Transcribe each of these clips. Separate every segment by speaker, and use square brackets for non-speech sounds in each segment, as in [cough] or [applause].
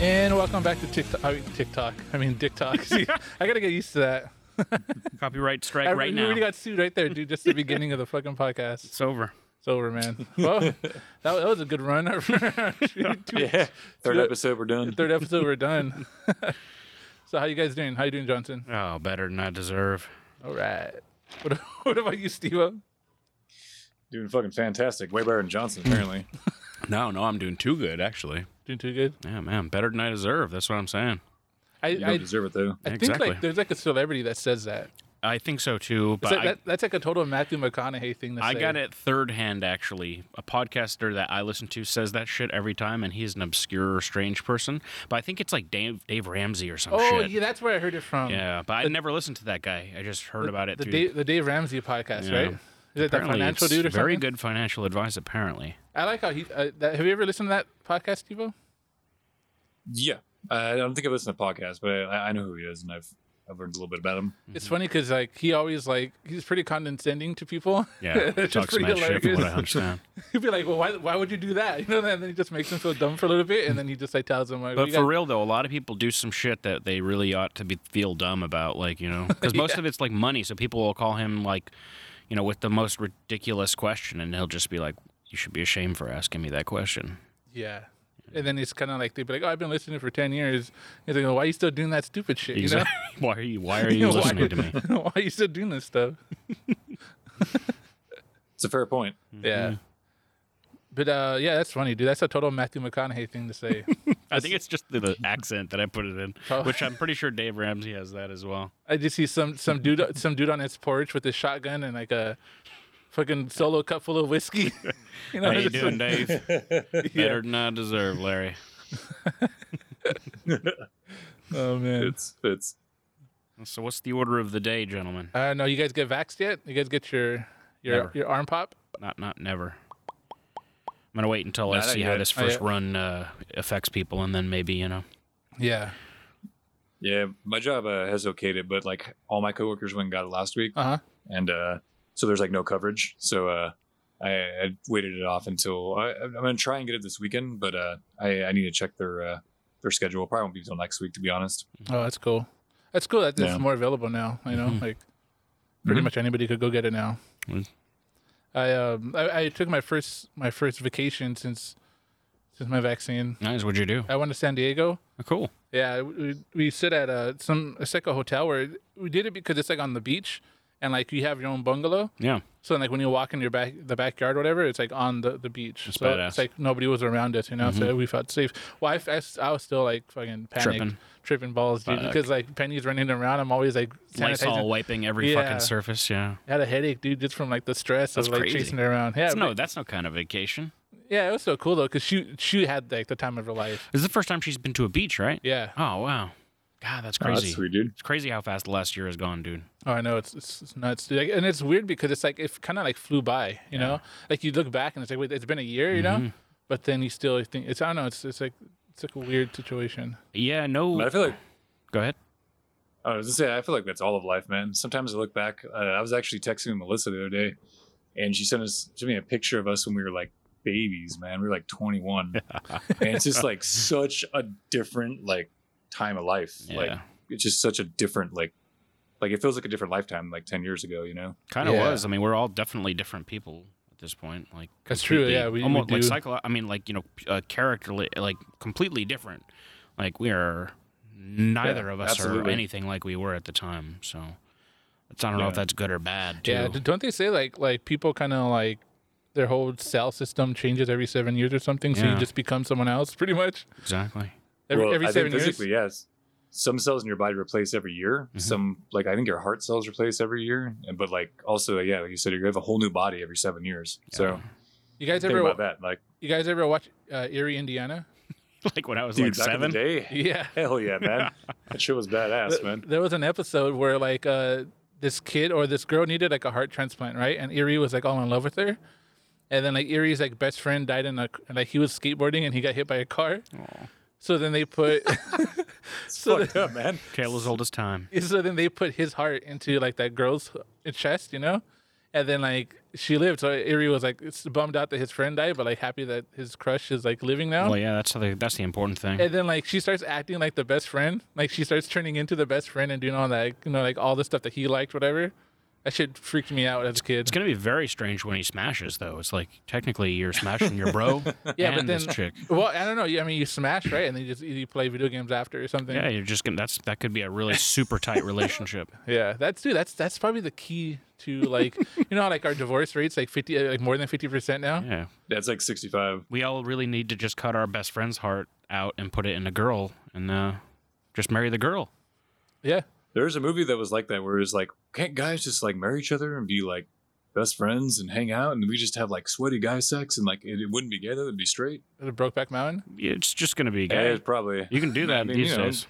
Speaker 1: And welcome back to TikTok. I mean, TikTok. I mean,
Speaker 2: [laughs]
Speaker 1: TikTok. See, [laughs] I gotta get used to that.
Speaker 2: Copyright strike
Speaker 1: I-
Speaker 2: right
Speaker 1: we
Speaker 2: now.
Speaker 1: already got sued right there, dude. Just the beginning of the fucking podcast.
Speaker 2: it's over.
Speaker 1: It's over, man.
Speaker 2: [laughs]
Speaker 1: Well, that, wa- that was a good run. [laughs] Two-
Speaker 3: [laughs] Yeah. Third
Speaker 1: Dude.
Speaker 3: episode, we're done.
Speaker 1: Third episode, we're done. [laughs] so, how you guys doing? How you doing, Johnson?
Speaker 2: Oh, better than I deserve.
Speaker 1: All right. What, [laughs] what about you, Steve?
Speaker 3: Doing fucking fantastic. Way better than Johnson, [laughs] apparently.
Speaker 2: No, no, I'm doing too good actually.
Speaker 1: Doing too good.
Speaker 2: Yeah, man, better than I deserve. That's what I'm saying.
Speaker 1: I,
Speaker 3: You don't
Speaker 1: I,
Speaker 3: deserve it, though.
Speaker 1: I think
Speaker 2: Exactly.
Speaker 1: like there's like a celebrity that says that.
Speaker 2: I think so too.
Speaker 1: It's
Speaker 2: But
Speaker 1: like-
Speaker 2: I,
Speaker 1: that that's like a total Matthew McConaughey thing. To
Speaker 2: I
Speaker 1: say.
Speaker 2: got it third hand actually. A podcaster that I listen to says that shit every time, and he's an obscure, strange person. But I think it's like Dave Dave Ramsey or some
Speaker 1: Oh
Speaker 2: shit.
Speaker 1: yeah, that's where I heard it from.
Speaker 2: Yeah, but I never listened to that guy. I just heard about it
Speaker 1: The
Speaker 2: through.
Speaker 1: Dave, the Dave Ramsey podcast,
Speaker 2: Yeah.
Speaker 1: right? Is it that
Speaker 2: apparently
Speaker 1: financial
Speaker 2: it's
Speaker 1: dude or
Speaker 2: very
Speaker 1: something?
Speaker 2: good financial
Speaker 1: [laughs]
Speaker 2: advice. Apparently,
Speaker 1: I like how he. Uh, that, have you ever listened to that podcast, Tivo?
Speaker 3: Yeah. I don't think I listened to podcasts, but I, I know who he is, and I've I've learned a little bit about him.
Speaker 1: It's
Speaker 2: Mm-hmm.
Speaker 1: funny because like he always like he's pretty condescending to people. [laughs]
Speaker 2: yeah,
Speaker 1: It's just
Speaker 2: talks
Speaker 1: pretty
Speaker 2: mad shit from what I
Speaker 1: hilarious.
Speaker 2: understand.
Speaker 1: [laughs] He'd be like, "Well, why, why would you do that?" [laughs] You know, and then he just makes him feel dumb for a little bit, and then he just like tells him, like,
Speaker 2: But
Speaker 1: "You
Speaker 2: for
Speaker 1: got-
Speaker 2: real though, a lot of people do some shit that they really ought to be feel dumb about, like you
Speaker 1: [laughs]
Speaker 2: know, because most of it's like money. So people will call him like, you know, with the most ridiculous question, and he'll just be like, "You should be ashamed for asking me that question."
Speaker 1: yeah." And then it's kind of like they'd be like, "Oh, I've been listening for ten years." He's like, "Why are you still doing that stupid shit?" You know?
Speaker 2: Exactly. [laughs] why are you Why
Speaker 1: [laughs]
Speaker 2: are you
Speaker 1: Why-
Speaker 2: listening to me?
Speaker 1: [laughs] why are you still doing this stuff?
Speaker 3: It's a fair point.
Speaker 2: Mm-hmm.
Speaker 1: Yeah. But uh, yeah, that's funny, dude. That's a total Matthew McConaughey thing to
Speaker 2: [laughs]
Speaker 1: say.
Speaker 2: I think it's just the, the accent that I put it in,
Speaker 1: Oh.
Speaker 2: which I'm pretty sure Dave Ramsey has that
Speaker 1: [laughs]
Speaker 2: as well.
Speaker 1: I just see some some [laughs] dude some dude on his porch with a shotgun and like a fucking solo cup full of whiskey. [laughs] you know,
Speaker 2: How you
Speaker 1: just
Speaker 2: doing,
Speaker 1: like- [laughs]
Speaker 2: Dave? Better than I deserve, Larry.
Speaker 1: Oh man.
Speaker 3: It's it's
Speaker 2: So what's the order of the day, gentlemen?
Speaker 1: Uh, no, you guys get vaxxed yet? You guys get your your
Speaker 2: Never.
Speaker 1: your arm pop?
Speaker 2: Not not never. I'm gonna wait until I
Speaker 3: Not
Speaker 2: see how
Speaker 3: yet.
Speaker 2: this
Speaker 1: Not
Speaker 2: first
Speaker 1: yet.
Speaker 2: run uh, affects people, and then maybe you know.
Speaker 1: Yeah.
Speaker 3: yeah. My job uh, has okayed it, but like all my coworkers went and got it last week,
Speaker 1: Uh huh.
Speaker 3: and uh, so there's like no coverage. So uh, I, I waited it off until I, I'm gonna try and get it this weekend, but uh, I, I need to check their uh, their schedule. Probably won't be until next week, to be honest.
Speaker 1: Oh, that's cool. That's cool. That it's
Speaker 3: Yeah.
Speaker 1: more available now. You know,
Speaker 2: Mhm.
Speaker 1: like pretty
Speaker 3: Mhm.
Speaker 1: much anybody could go get it now.
Speaker 2: Mm-hmm. Mm.
Speaker 1: I um I, I took my first my first vacation since since my vaccine.
Speaker 2: Nice. What'd you do?
Speaker 1: I went to San Diego.
Speaker 2: Oh, cool.
Speaker 1: Yeah, we, we sit at a some it's like a hotel where we did it because it's like on the beach and like you have your own bungalow.
Speaker 2: Yeah.
Speaker 1: So like when you walk in your back the backyard or whatever, it's like on the, the beach.
Speaker 2: That's
Speaker 1: so
Speaker 2: badass. Mm-hmm.
Speaker 1: it's like nobody was around us, you know. So we felt safe. Well, I, f- I s- I was still like fucking panicked,
Speaker 2: Tripping.
Speaker 1: tripping, balls, dude,
Speaker 2: Fuck.
Speaker 1: because like Penny's running around. I'm always like
Speaker 2: Lysol
Speaker 1: sanitizing.
Speaker 2: wiping every
Speaker 1: Yeah.
Speaker 2: fucking surface. Yeah.
Speaker 1: I had a headache, dude, just from like the stress
Speaker 2: That's
Speaker 1: of like
Speaker 2: crazy.
Speaker 1: chasing her around. Yeah,
Speaker 2: That's no,
Speaker 1: but-
Speaker 2: that's no kind of vacation.
Speaker 1: yeah, it was so cool though, because she she had like the time of her life.
Speaker 2: This is the first time she's been to a beach, right?
Speaker 1: Yeah.
Speaker 2: Oh wow. God, that's
Speaker 3: Oh,
Speaker 2: crazy.
Speaker 3: that's sweet, dude.
Speaker 2: It's crazy how fast the last year has gone, dude.
Speaker 1: Oh, I know it's it's, it's nuts, dude. Like, and it's weird because it's like it kind of like flew by, you know. Like you look back and it's like, wait, it's been a year, you
Speaker 2: Mm-hmm.
Speaker 1: know. But then you still think it's I don't know. It's it's like it's like a weird situation.
Speaker 2: Yeah. No.
Speaker 3: But I feel like
Speaker 2: Go ahead.
Speaker 3: I was gonna say, I feel like that's all of life, man. Sometimes I look back. Uh, I was actually texting Melissa the other day, and she sent us sent me a picture of us when we were like babies, man. We were like 21,
Speaker 1: [laughs]
Speaker 3: and it's just like such a different like time of life.
Speaker 2: Yeah.
Speaker 3: Like it's just such a different like like it feels like a different lifetime, like 10 years ago, you know?
Speaker 2: Kind of
Speaker 1: Yeah.
Speaker 2: was. I mean, we're all definitely different people at this point. Like
Speaker 1: That's true,
Speaker 2: completely-
Speaker 1: yeah, we- we
Speaker 2: almost like
Speaker 1: do.
Speaker 2: cycle. I mean, like you know, p- uh, character like completely different. Like we are neither
Speaker 3: Yeah,
Speaker 2: of us are
Speaker 3: absolutely.
Speaker 2: anything like we were at the time. So it's, I don't know if
Speaker 3: Yeah.
Speaker 2: that's good or bad. Too.
Speaker 1: Yeah, d- don't they say like like people kind of like their whole cell system changes every seven years or something, so
Speaker 2: Yeah.
Speaker 1: you just become someone else pretty much
Speaker 2: exactly.
Speaker 1: every,
Speaker 3: Well,
Speaker 1: every
Speaker 3: I think
Speaker 1: seven years. Mm-hmm.
Speaker 3: physically, yes. Some cells in your body replace every year.
Speaker 2: Mhm.
Speaker 3: Some like I think your heart cells replace every year, and but like also yeah, like you said, you have a whole new body every seven years. So
Speaker 1: You guys
Speaker 3: think
Speaker 1: ever
Speaker 3: about that, like.
Speaker 1: you guys ever watch uh, Erie, Indiana?
Speaker 2: [laughs] like when I was
Speaker 3: Dude,
Speaker 2: like
Speaker 3: back in
Speaker 2: seven.
Speaker 3: the day,
Speaker 1: [laughs] Yeah.
Speaker 3: hell yeah, man. that shit was badass,
Speaker 1: Th- [laughs]
Speaker 3: man.
Speaker 1: There was an episode where like uh, this kid or this girl needed like a heart transplant, right? And Erie was like all in love with her. And then like Erie's like best friend died in a like he was skateboarding and he got hit by a car. So then they put [laughs] so,
Speaker 3: Fucked up, man.
Speaker 2: Tale as old as time.
Speaker 1: then- so then they put his heart into like that girl's chest, you know? And then like she lived, so Erie was like it's bummed out that his friend died, but like happy that his crush is like living now.
Speaker 2: Well, yeah, that's how they, that's the important thing.
Speaker 1: And then like she starts acting like the best friend, like she starts turning into the best friend and doing all that, you know, like all the stuff that he liked, whatever. That shit freaked me out as a kid.
Speaker 2: It's gonna be very strange when he smashes, though. It's like technically you're smashing your bro
Speaker 1: [laughs] Yeah,
Speaker 2: and
Speaker 1: but
Speaker 2: this
Speaker 1: then-
Speaker 2: chick.
Speaker 1: Well, I don't know. You- I mean, you smash right, and then you just you play video games after or something.
Speaker 2: Yeah, you're just gonna. That's that could be a really
Speaker 1: [laughs]
Speaker 2: super tight relationship.
Speaker 1: Yeah, that's dude. That's that's probably the key to
Speaker 2: [laughs]
Speaker 1: like you know how, like our divorce rates like fifty uh, like more than fifty percent now.
Speaker 2: Yeah,
Speaker 3: That's like 65.
Speaker 2: we all really need to just cut our best friend's heart out and put it in a girl, and uh, just marry the girl.
Speaker 1: Yeah,
Speaker 3: There's a movie that was like that where it was like, can't guys just like marry each other and be like best friends and hang out and we just have like sweaty guy sex and like it, it wouldn't be gay though, it'd be straight.
Speaker 1: the Brokeback Mountain.
Speaker 2: It's just gonna be
Speaker 3: Yeah,
Speaker 2: gay.
Speaker 3: it's probably
Speaker 2: You can do that
Speaker 3: [laughs] I mean,
Speaker 2: these
Speaker 3: you know,
Speaker 2: days.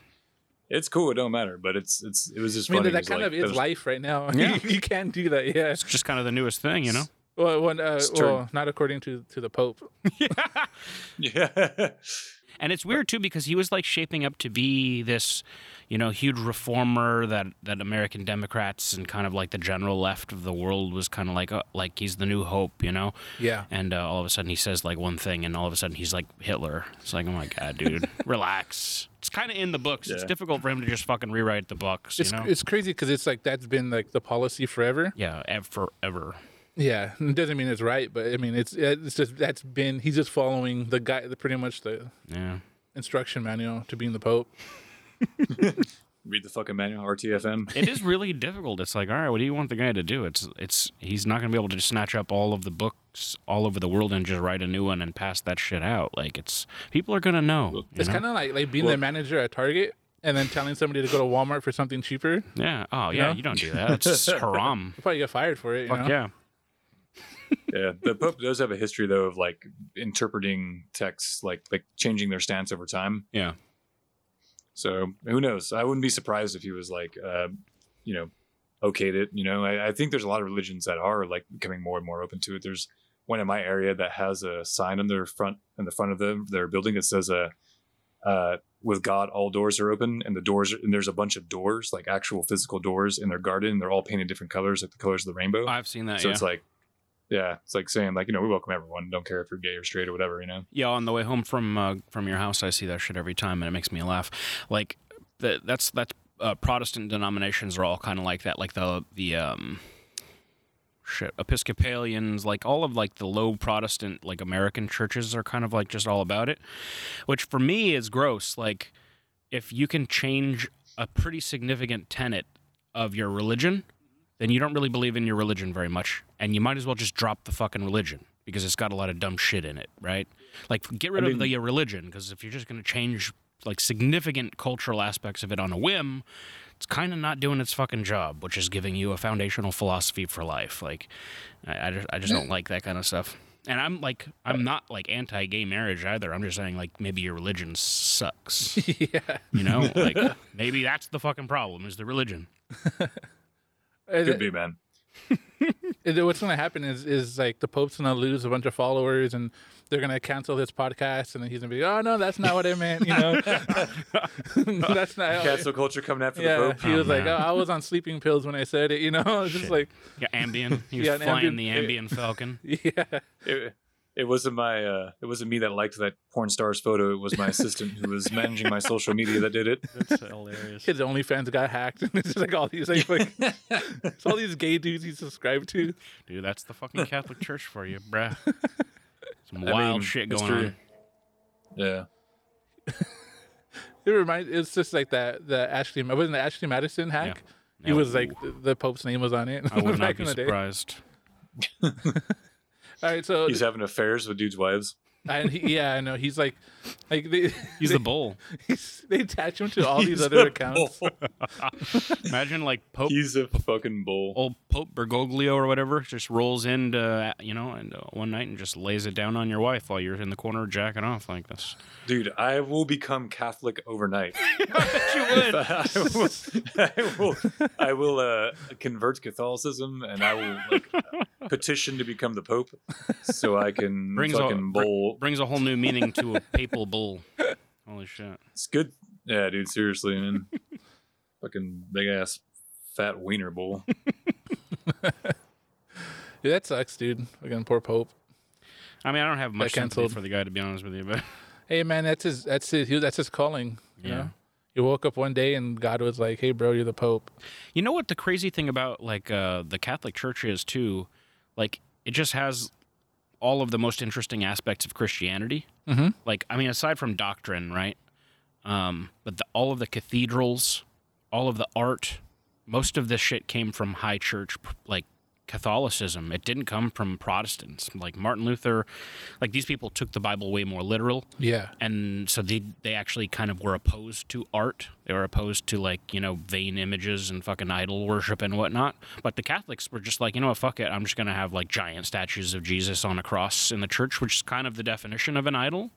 Speaker 3: it's cool, it don't matter, but it's it's it was just
Speaker 1: I mean,
Speaker 3: funny.
Speaker 1: that
Speaker 3: 'cause,
Speaker 1: kind
Speaker 3: like,
Speaker 1: of is
Speaker 3: those-
Speaker 1: life right now.
Speaker 2: Yeah.
Speaker 1: [laughs] you can't do that. Yeah.
Speaker 2: It's just kind of the newest thing, you know.
Speaker 1: Well, when, uh,
Speaker 3: It's true.
Speaker 1: well, not according to to the Pope.
Speaker 3: [laughs] Yeah.
Speaker 2: And it's weird too because he was like shaping up to be this, you know, huge reformer that that American Democrats and kind of like the general left of the world was kind of like uh, like he's the new hope, you know.
Speaker 1: Yeah.
Speaker 2: And uh, all of a sudden he says like one thing, and all of a sudden he's like Hitler. It's like, oh my god, [laughs] dude, relax. It's kind of in the books. It's
Speaker 3: Yeah.
Speaker 2: difficult for him to just fucking rewrite the books,
Speaker 1: It's
Speaker 2: you know.
Speaker 1: it's crazy because it's like that's been like the policy forever.
Speaker 2: yeah, ev- forever.
Speaker 1: Yeah, it doesn't mean it's right, but I mean it's it's just that's been he's just following the guy the, pretty much the
Speaker 2: Yeah.
Speaker 1: instruction manual to being the Pope.
Speaker 3: Read the fucking manual, RTFM.
Speaker 2: it is really difficult. It's like, all right, what do you want the guy to do? It's it's he's not going to be able to just snatch up all of the books all over the world and just write a new one and pass that shit out. Like it's people are going to know. you
Speaker 1: It's
Speaker 2: know?
Speaker 1: kind of like like being the
Speaker 3: Well-
Speaker 1: manager at Target and then telling somebody to go to Walmart for something cheaper. You
Speaker 2: yeah. Oh yeah,
Speaker 1: know?
Speaker 2: you don't do that.
Speaker 1: [laughs]
Speaker 2: It's just haram.
Speaker 1: probably get fired for it. You know?
Speaker 2: Fuck yeah.
Speaker 3: yeah. The Pope does have a history though of like interpreting texts, like like changing their stance over time.
Speaker 2: Yeah.
Speaker 3: So who knows? I wouldn't be surprised if he was like, uh, you know, okayed it. You know, I, I think there's a lot of religions that are like becoming more and more open to it. There's one in my area that has a sign on their front in the front of them their building that says, uh, uh, "With God, all doors are open," and the doors and there's a bunch of doors, like actual physical doors in their garden. And they're all painted different colors, like the colors of the rainbow.
Speaker 2: I've seen that.
Speaker 3: so
Speaker 2: Uh, yeah.
Speaker 3: it's like, yeah, it's like saying like you know we welcome everyone. Don't care if you're gay or straight or whatever. You know.
Speaker 2: Yeah, on the way home from uh, from your house, I see that shit every time, and it makes me laugh. Like that, that's that's uh, Protestant denominations are all kind of like that. Like the the um, shit Episcopalians, like all of like the low Protestant like American churches are kind of like just all about it, which for me is gross. Like if you can change a pretty significant tenet of your religion, then you don't really believe in your religion very much, and you might as well just drop the fucking religion because it's got a lot of dumb shit in it, right? Like, get rid
Speaker 3: I
Speaker 2: of
Speaker 3: mean-
Speaker 2: the religion because if you're just going to change like significant cultural aspects of it on a whim, it's kind of not doing its fucking job, which is giving you a foundational philosophy for life. Like, I, I just, I just don't like that kind of stuff. And I'm like, I'm not like anti-gay marriage either. I'm just saying like maybe your religion sucks.
Speaker 1: [laughs] yeah.
Speaker 2: You know, like maybe that's the fucking problem is the religion.
Speaker 1: And
Speaker 3: Could be, man.
Speaker 1: it- it- what's going to happen is is like the Pope's going to lose a bunch of followers, and they're going to cancel his podcast, and then he's going to be, oh no, that's not what I meant. You know, [laughs] that's not.
Speaker 3: Cancel culture coming after the
Speaker 1: yeah,
Speaker 3: Pope.
Speaker 1: he was
Speaker 2: Oh,
Speaker 1: like,
Speaker 2: man.
Speaker 1: oh, I was on sleeping pills when I said it. You know, [laughs] it's just like,
Speaker 2: Yeah, Ambien. He was
Speaker 1: Yeah, an
Speaker 2: flying
Speaker 1: Ambien-
Speaker 2: the Ambien Falcon.
Speaker 1: yeah,
Speaker 3: it, it wasn't my uh, it wasn't me that liked that porn star's photo. It was my assistant who was managing my social media that did it.
Speaker 2: That's hilarious.
Speaker 1: his OnlyFans got hacked, [laughs] and it's just like all these
Speaker 2: [laughs]
Speaker 1: like, like it's all these gay dudes he subscribed to.
Speaker 2: Dude, that's the fucking Catholic Church for you,
Speaker 1: [laughs]
Speaker 2: bruh. Some
Speaker 3: I
Speaker 2: wild
Speaker 3: mean,
Speaker 2: shit
Speaker 3: it's
Speaker 2: going
Speaker 3: true.
Speaker 2: on.
Speaker 3: Yeah,
Speaker 1: It reminds. It's just like that. The Ashley. Wasn't the Ashley Madison hack? He
Speaker 2: Yeah,
Speaker 1: was like
Speaker 2: ooh,
Speaker 1: the, the Pope's name was on it.
Speaker 2: I would not
Speaker 1: [laughs] back
Speaker 2: be
Speaker 1: in the day.
Speaker 2: surprised.
Speaker 1: All right, so
Speaker 3: he's having affairs with dudes' wives.
Speaker 1: and he, yeah, I know he's like, like they
Speaker 2: He's
Speaker 1: they, [laughs]
Speaker 2: the bull.
Speaker 1: he's- they attach him
Speaker 2: [laughs]
Speaker 1: to all these
Speaker 3: He's
Speaker 1: other
Speaker 3: a
Speaker 1: accounts.
Speaker 3: bull.
Speaker 2: Imagine like Pope
Speaker 3: He's a fucking bull.
Speaker 2: old Pope Bergoglio or whatever just rolls in, to, you know, and uh, one night and just lays it down on your wife while you're in the corner jacking off like this.
Speaker 3: Dude, I will become Catholic
Speaker 2: [laughs]
Speaker 3: overnight.
Speaker 2: you
Speaker 3: I will, I will, I will uh, convert to Catholicism and I will
Speaker 2: [laughs]
Speaker 3: like, petition to become the Pope so I
Speaker 2: [laughs]
Speaker 3: can
Speaker 2: Brings all-
Speaker 3: fucking
Speaker 2: br-
Speaker 3: bowl.
Speaker 2: Brings a whole new meaning to a papal bull. Holy shit.
Speaker 3: It's good. Yeah, dude, seriously, man. fucking big ass fat wiener bull.
Speaker 1: Dude, that sucks, dude. Fucking poor Pope.
Speaker 2: I mean, I don't have much sympathy
Speaker 1: canceled.
Speaker 2: for the guy to be honest with you, but
Speaker 1: Hey, man, that's his. That's his. he- That's his calling. You
Speaker 2: Yeah.
Speaker 1: know? You woke up one day and God was like, "Hey, bro, you're the Pope."
Speaker 2: You know what the crazy thing about like uh, the Catholic Church is too, like it just has all of the most interesting aspects of Christianity.
Speaker 1: Mhm.
Speaker 2: Like I mean, aside from doctrine, right? Um, but the, all of the cathedrals, all of the art, most of this shit came from high church, p- like Catholicism. It didn't come from Protestants, like Martin Luther. Like these people took the Bible way more literal
Speaker 1: Yeah.
Speaker 2: and so they they actually kind of were opposed to art. They were opposed to like you know vain images and fucking idol worship and whatnot. But the Catholics were just like you know what, fuck it. I'm just gonna have like giant statues of Jesus on a cross in the church, which is kind of the definition of an idol.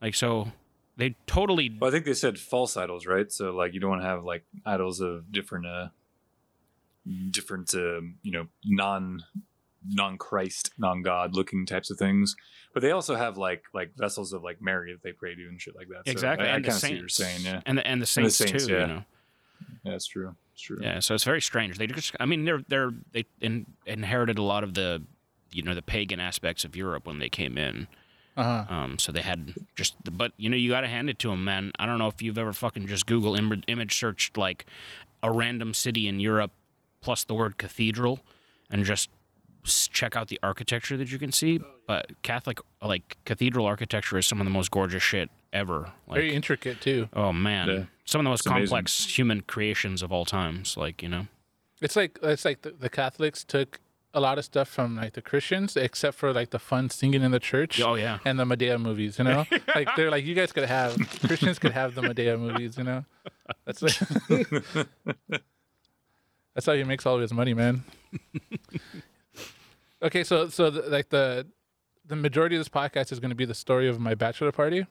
Speaker 2: Like so, they totally
Speaker 3: Well, I think they said false idols, right? So like you don't want to have like idols of different, uh, different, um, you know, non, non Christ, non God looking types of things. But they also have like like vessels of like Mary that they pray to and shit like that. So
Speaker 2: exactly
Speaker 3: I, I
Speaker 2: and
Speaker 3: kind
Speaker 2: the
Speaker 3: of
Speaker 2: saints
Speaker 3: see what you're saying. Yeah,
Speaker 2: and the and the
Speaker 3: And the
Speaker 2: saints,
Speaker 3: saints,
Speaker 2: too.
Speaker 3: yeah.
Speaker 2: You know.
Speaker 3: yeah, it's true. It's true.
Speaker 2: Yeah, so it's very strange. They just, I mean, they're they're they in, inherited a lot of the, you know, the pagan aspects of Europe when they came in.
Speaker 1: Uh huh.
Speaker 2: Um, so they had just, the, but you know, you got to hand it to them, man. I don't know if you've ever fucking just Google Im- image searched like a random city in Europe plus the word cathedral and just s- check out the architecture that you can see. But Catholic, like cathedral architecture is some of the most gorgeous shit ever. Like,
Speaker 1: Very intricate too.
Speaker 2: oh man,
Speaker 3: Yeah.
Speaker 2: some of the most
Speaker 3: amazing.
Speaker 2: complex human creations of all times. Like, you know,
Speaker 1: It's like it's like the, the Catholics took a lot of stuff from like the Christians, except for like the fun singing in the church
Speaker 2: oh yeah.
Speaker 1: and the Medea movies. You know, like they're like you guys could have Christians could have the Medea movies. You know, that's like, [laughs] that's how he makes all of his money, man. [laughs] okay, so so the, like the the majority of this podcast is going to be the story of my bachelor party.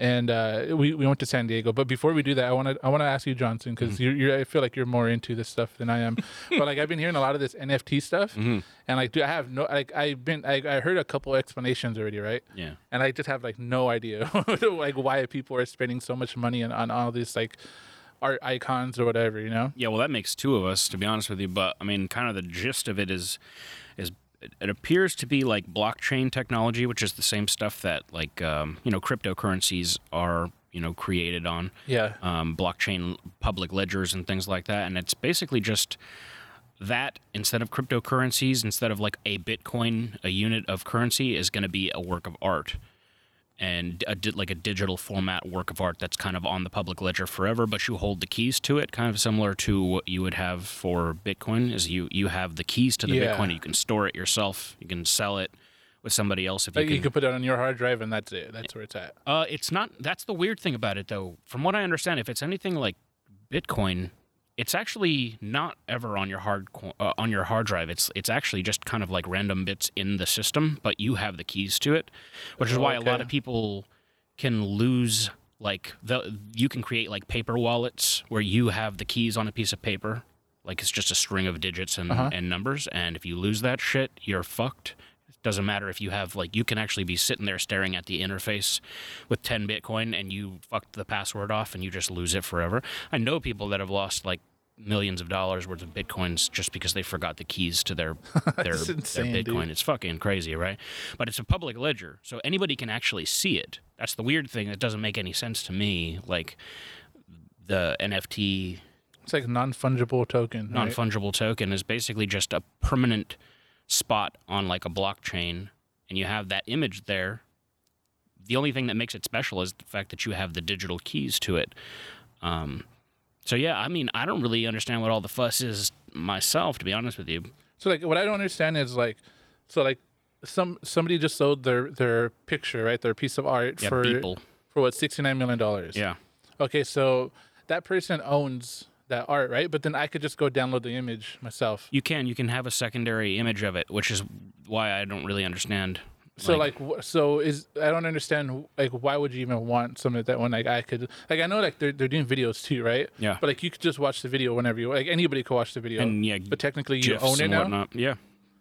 Speaker 1: And uh, we, we went to San Diego, but before we do that, I want to I want to ask you, Johnson, because you're, you're I feel like you're more into this stuff than I am. but like I've been hearing a lot of this NFT stuff, and like, dude, I have no like I've been I, I heard a couple explanations already, right?
Speaker 2: Yeah.
Speaker 1: and I just have like no idea [laughs] like why people are spending so much money on, on all these like art icons or whatever, you know?
Speaker 2: Yeah, well, that makes two of us, to be honest with you. But I mean, kind of the gist of it is, is it- it appears to be like blockchain technology, which is the same stuff that like um, you know cryptocurrencies are you know created on
Speaker 1: Yeah.
Speaker 2: um, blockchain public ledgers and things like that. And it's basically just that instead of cryptocurrencies, instead of like a Bitcoin, a unit of currency is going to be a work of art and a di- like a digital format work of art that's kind of on the public ledger forever, but you hold the keys to it, kind of similar to what you would have for Bitcoin. Is you you have the keys to the
Speaker 1: Yeah.
Speaker 2: Bitcoin, you can store it yourself, you can sell it with somebody else if you
Speaker 1: Like
Speaker 2: can.
Speaker 1: you can put it on your hard drive and that's it. That's where it's at.
Speaker 2: Uh, it's not. That's the weird thing about it, though. From what I understand, if it's anything like Bitcoin, it's actually not ever on your hard co- uh, on your hard drive. It's it's actually just kind of like random bits in the system, but you have the keys to it, which is why a lot
Speaker 1: Okay.
Speaker 2: of people can lose. Like the, you can create like paper wallets where you have the keys on a piece of paper, like it's just a string of digits and,
Speaker 1: Uh-huh.
Speaker 2: and numbers. And if you lose that shit, you're fucked. Doesn't matter if you have like you can actually be sitting there staring at the interface with 10 Bitcoin and you fucked the password off and you just lose it forever. I know people that have lost like millions of dollars worth of bitcoins just because they forgot the keys to their
Speaker 1: [laughs]
Speaker 2: their,
Speaker 1: That's
Speaker 2: their
Speaker 1: insane, dude.
Speaker 2: bitcoin. It's fucking crazy, right? But it's a public ledger, so anybody can actually see it. That's the weird thing that doesn't make any sense to me. Like the NFT
Speaker 1: It's like non fungible token.
Speaker 2: non
Speaker 1: right?
Speaker 2: fungible token is basically just a permanent spot on like a blockchain, and you have that image there. The only thing that makes it special is the fact that you have the digital keys to it. Um, so yeah, I mean, I don't really understand what all the fuss is myself, to be honest with you.
Speaker 1: So like what I don't understand is like so like some somebody just sold their their picture, right? Their piece of art
Speaker 2: Yeah,
Speaker 1: for
Speaker 2: people.
Speaker 1: for what, sixty nine million dollars.
Speaker 2: Yeah,
Speaker 1: Okay, so that person owns that art, right? But then I could just go download the image myself.
Speaker 2: you can you can have a secondary image of it, which is why I don't really understand.
Speaker 1: So like, wh- so is I don't understand like why would you even want something like that when like I could like I know like they're they're doing videos too right
Speaker 2: Yeah.
Speaker 1: but like you could just watch the video whenever you like anybody could watch the video
Speaker 2: And, yeah,
Speaker 1: but technically you
Speaker 2: GIFs
Speaker 1: own it
Speaker 2: and
Speaker 1: now
Speaker 2: whatnot. Yeah,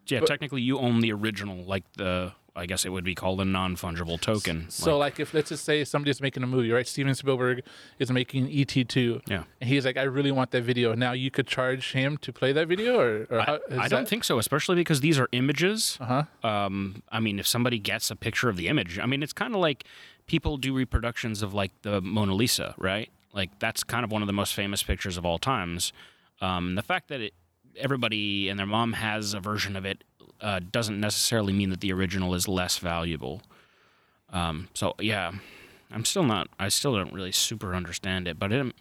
Speaker 2: yeah. technically, you own the original, like the I guess it would be called a non fungible token.
Speaker 1: So like, if let's just say somebody's making a movie, right? Steven Spielberg is making ET two.
Speaker 2: Yeah.
Speaker 1: And he's like, I really want that video. Now you could charge him to play that video, or, or
Speaker 2: I,
Speaker 1: how,
Speaker 2: I don't think so, especially because these are images.
Speaker 1: Uh huh.
Speaker 2: Um, I mean, if somebody gets a picture of the image, I mean, it's kind of like people do reproductions of like the Mona Lisa, right? Like that's kind of one of the most famous pictures of all times. Um, the fact that it, everybody and their mom has a version of it uh, doesn't necessarily mean that the original is less valuable. Um, so yeah, I'm still not. I still don't really super understand it, but it,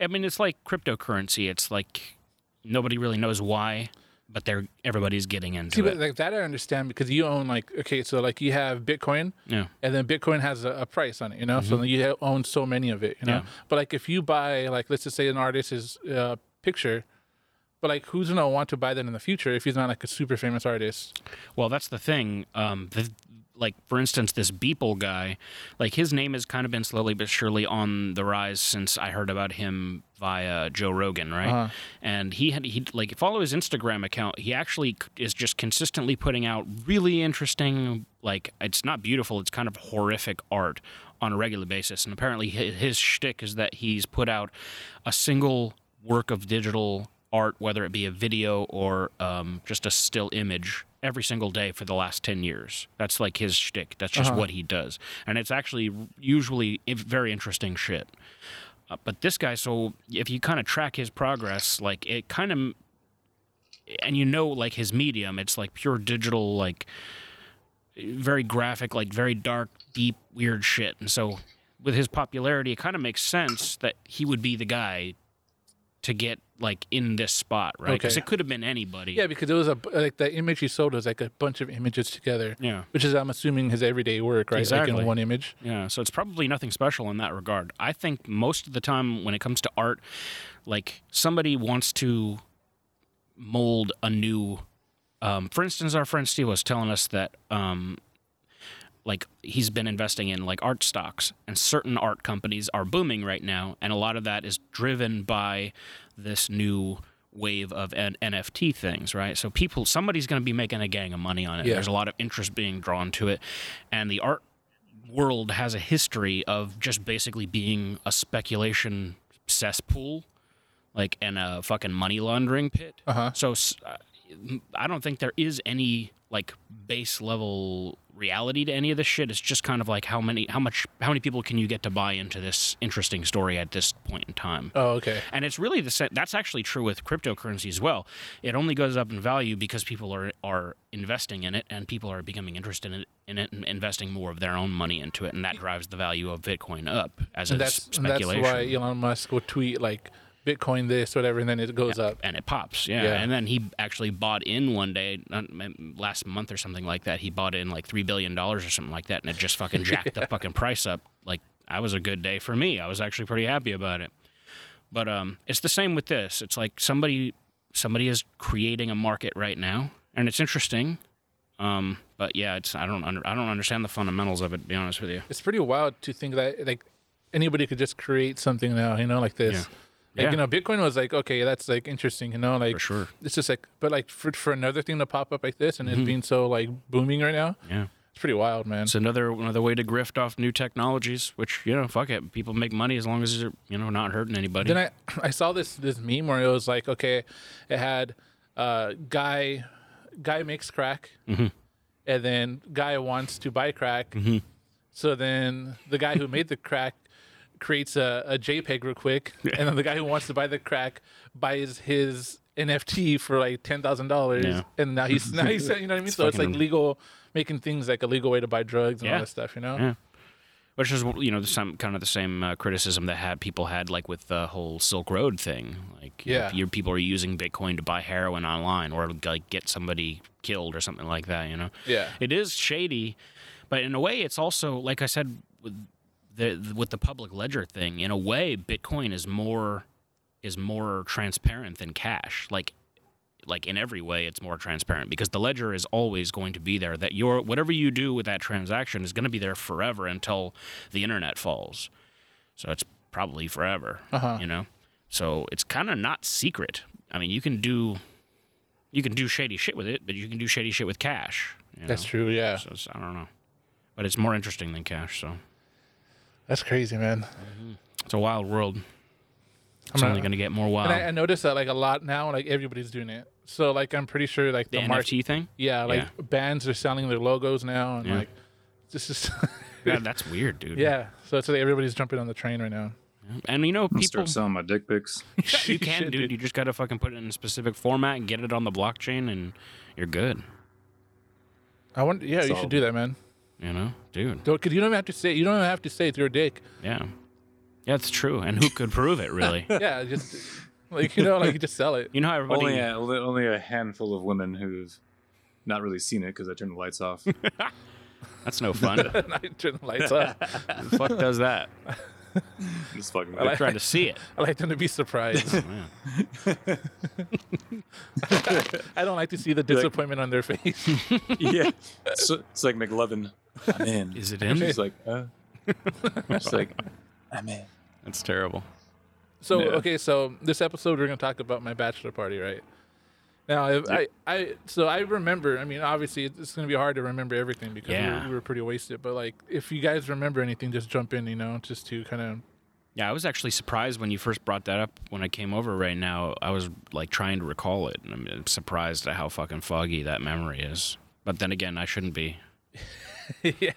Speaker 2: I mean, it's like cryptocurrency. It's like nobody really knows why, but they're everybody's getting into
Speaker 1: See,
Speaker 2: it.
Speaker 1: but like that I understand because you own like okay, so like you have Bitcoin,
Speaker 2: Yeah.
Speaker 1: and then Bitcoin has a, a price on it, you know. So you ha- own so many of it, you know.
Speaker 2: Mm-hmm. Yeah.
Speaker 1: But like if you buy like let's just say an artist's uh, picture, but like who's gonna want to buy that in the future if he's not like a super famous artist?
Speaker 2: Well, that's the thing. Um, the, like for instance, this Beeple guy, like his name has kind of been slowly but surely on the rise since I heard about him via Joe Rogan, right?
Speaker 1: Uh-huh.
Speaker 2: And he had he like follow his Instagram account. He actually c- is just consistently putting out really interesting, like it's not beautiful, it's kind of horrific art on a regular basis. And apparently, hi- his shtick is that he's put out a single work of digital art, whether it be a video or um, just a still image, every single day for the last 10 years. That's like his shtick. That's just what he does. And it's actually usually i- very interesting shit. Uh, but this guy, so if you kind of track his progress, like it kind of, and you know, like his medium, it's like pure digital, like very graphic, like very dark, deep, weird shit. And so with his popularity, it kind of makes sense that he would be the guy to get like in this spot, right? Because
Speaker 1: Okay.
Speaker 2: it could have been anybody.
Speaker 1: Yeah, because it was a bu- like the image he sold was like a bunch of images together,
Speaker 2: Yeah.
Speaker 1: which is I'm assuming his everyday work, right? Like
Speaker 2: Exactly.
Speaker 1: in one image.
Speaker 2: Yeah, so it's probably nothing special in that regard. I think most of the time when it comes to art, like somebody wants to mold a new. Um, for instance, our friend Steve was telling us that, um, like, he's been investing in like art stocks, and certain art companies are booming right now, and a lot of that is driven by this new wave of N- NFT things, right? So people, somebody's going to be making a gang of money on it.
Speaker 1: Yeah.
Speaker 2: There's a lot of interest being drawn to it, and the art world has a history of just basically being a speculation cesspool, like and a fucking money laundering pit.
Speaker 1: Uh-huh.
Speaker 2: So s- uh, I don't think there is any like base level reality to any of this shit. It's just kind of like how many, how much, how many people can you get to buy into this interesting story at this point in time?
Speaker 1: Oh, okay.
Speaker 2: And it's really the same. That's actually true with cryptocurrency as well. It only goes up in value because people are are investing in it, and people are becoming interested in it, in it and investing more of their own money into it, and that drives the value of Bitcoin up as a
Speaker 1: And that's and that's
Speaker 2: speculation.
Speaker 1: why Elon Musk will tweet like Bitcoin this whatever, and then it goes up.
Speaker 2: and it pops, yeah.
Speaker 1: Yeah.
Speaker 2: And then he actually bought in one day, not- m- last month or something like that. He bought in like three billion dollars or something like that, and it just fucking jacked the fucking price up. Like that was a good day for me. I was actually pretty happy about it. But um, it's the same with this. It's like somebody somebody is creating a market right now, and it's interesting. Um, but yeah, it's I don't under, I don't understand the fundamentals of it. To be honest with you,
Speaker 1: it's pretty wild to think that like anybody could just create something now, you know, like this. Like
Speaker 2: Yeah.
Speaker 1: you know, Bitcoin was like, okay, that's like interesting, you know, like
Speaker 2: for sure. Mm-hmm.
Speaker 1: it's just like but like for for another thing to pop up like this and it being so like booming right now,
Speaker 2: Yeah.
Speaker 1: it's pretty wild, man.
Speaker 2: It's another another way to grift off new technologies, which you know, fuck it. People make money as long as they're you know not hurting anybody.
Speaker 1: then I [laughs] I saw this this meme where it was like, okay, it had uh guy guy makes crack
Speaker 2: Mm-hmm.
Speaker 1: and then guy wants to buy crack. So then the guy who made the crack creates a, a JPEG real
Speaker 2: [laughs]
Speaker 1: quick, and then the guy who wants to buy the crack buys his NFT for like ten thousand
Speaker 2: Yeah.
Speaker 1: dollars, and now he's now
Speaker 2: [laughs]
Speaker 1: he's you know what I mean. so it's like
Speaker 2: fucking-
Speaker 1: legal, making things like a legal way to buy drugs and
Speaker 2: Yeah.
Speaker 1: all this stuff, you know.
Speaker 2: Yeah. which is you know the some kind of the same uh, criticism that had people had like with the whole Silk Road thing. Like, you know,
Speaker 1: Yeah.
Speaker 2: your people are using Bitcoin to buy heroin online or like get somebody killed or something like that. You know,
Speaker 1: Yeah.
Speaker 2: it is shady, but in a way, it's also like I said with the with the public ledger thing. In a way, Bitcoin is more is more transparent than cash. Like like in every way it's more transparent because the ledger is always going to be there that your whatever you do with that transaction is going to be there forever until the internet falls so it's probably forever
Speaker 1: Uh-huh.
Speaker 2: you know so it's kind of not secret i mean you can do you can do shady shit with it but you can do shady shit with cash you
Speaker 1: That's
Speaker 2: know?
Speaker 1: true. Yeah.
Speaker 2: So it's, I don't know, but it's more interesting than cash. So
Speaker 1: That's crazy, man.
Speaker 2: it's a wild world. It's
Speaker 1: I'm
Speaker 2: only
Speaker 1: not-
Speaker 2: going to get more wild.
Speaker 1: And I, I noticed that like a lot now, like everybody's doing it. So like I'm pretty sure like
Speaker 2: the
Speaker 1: the, market,
Speaker 2: NFT
Speaker 1: [laughs]
Speaker 2: thing.
Speaker 1: yeah, like bands are selling their logos now, and
Speaker 2: Yeah.
Speaker 1: like this is, [laughs]
Speaker 2: God, that's weird, dude.
Speaker 1: yeah. So it's like everybody's jumping on the train right
Speaker 2: [laughs]
Speaker 1: now.
Speaker 2: and you know
Speaker 3: I'll
Speaker 2: people.
Speaker 3: start selling my
Speaker 2: [laughs]
Speaker 3: dick pics.
Speaker 1: [laughs]
Speaker 2: you can, dude. You just got to fucking put it in a specific format and get it on the blockchain, and you're good.
Speaker 1: I wonder. Yeah, you
Speaker 3: So-
Speaker 1: should do that, man.
Speaker 2: You know, dude.
Speaker 1: Don't, Cause you don't even have to say you don't even have to say it's your
Speaker 2: [laughs]
Speaker 1: dick.
Speaker 2: Yeah, yeah, it's true. And who could prove it, [laughs] really?
Speaker 1: Yeah, just like you know, like you just sell it. [laughs]
Speaker 2: You know how everybody.
Speaker 3: Only a, only only a handful of women who've not really seen it because I turned the lights off.
Speaker 2: [laughs] That's no [laughs] fun.
Speaker 1: and I turn the lights off.
Speaker 2: the fuck does that?
Speaker 3: Just fucking.
Speaker 1: I like-
Speaker 2: Trying to see [laughs] it. Oh,
Speaker 1: I like them to be
Speaker 2: [laughs]
Speaker 1: surprised.
Speaker 2: Man.
Speaker 1: I don't like to see the disappointment on their face.
Speaker 3: [laughs] yeah. So, it's like McLovin. I'm in.
Speaker 2: Is it in?
Speaker 3: She's like, uh.
Speaker 1: [laughs]
Speaker 3: She's like, uh, I'm in.
Speaker 2: That's terrible.
Speaker 1: So
Speaker 3: Yeah.
Speaker 1: okay, so this episode we're gonna talk about my bachelor party, right? Now, if I, I, so I remember. I mean, obviously, it's gonna be hard to remember everything because we,
Speaker 2: Yeah.
Speaker 1: were, we were pretty wasted. But like, if you guys remember anything, just jump in. You know, just to kind of
Speaker 2: Yeah, I was actually surprised when you first brought that up when I came over right now. I was like trying to recall it, and I'm- I'm surprised at how fucking foggy that memory is. But then again, I shouldn't be.
Speaker 1: [laughs] yeah.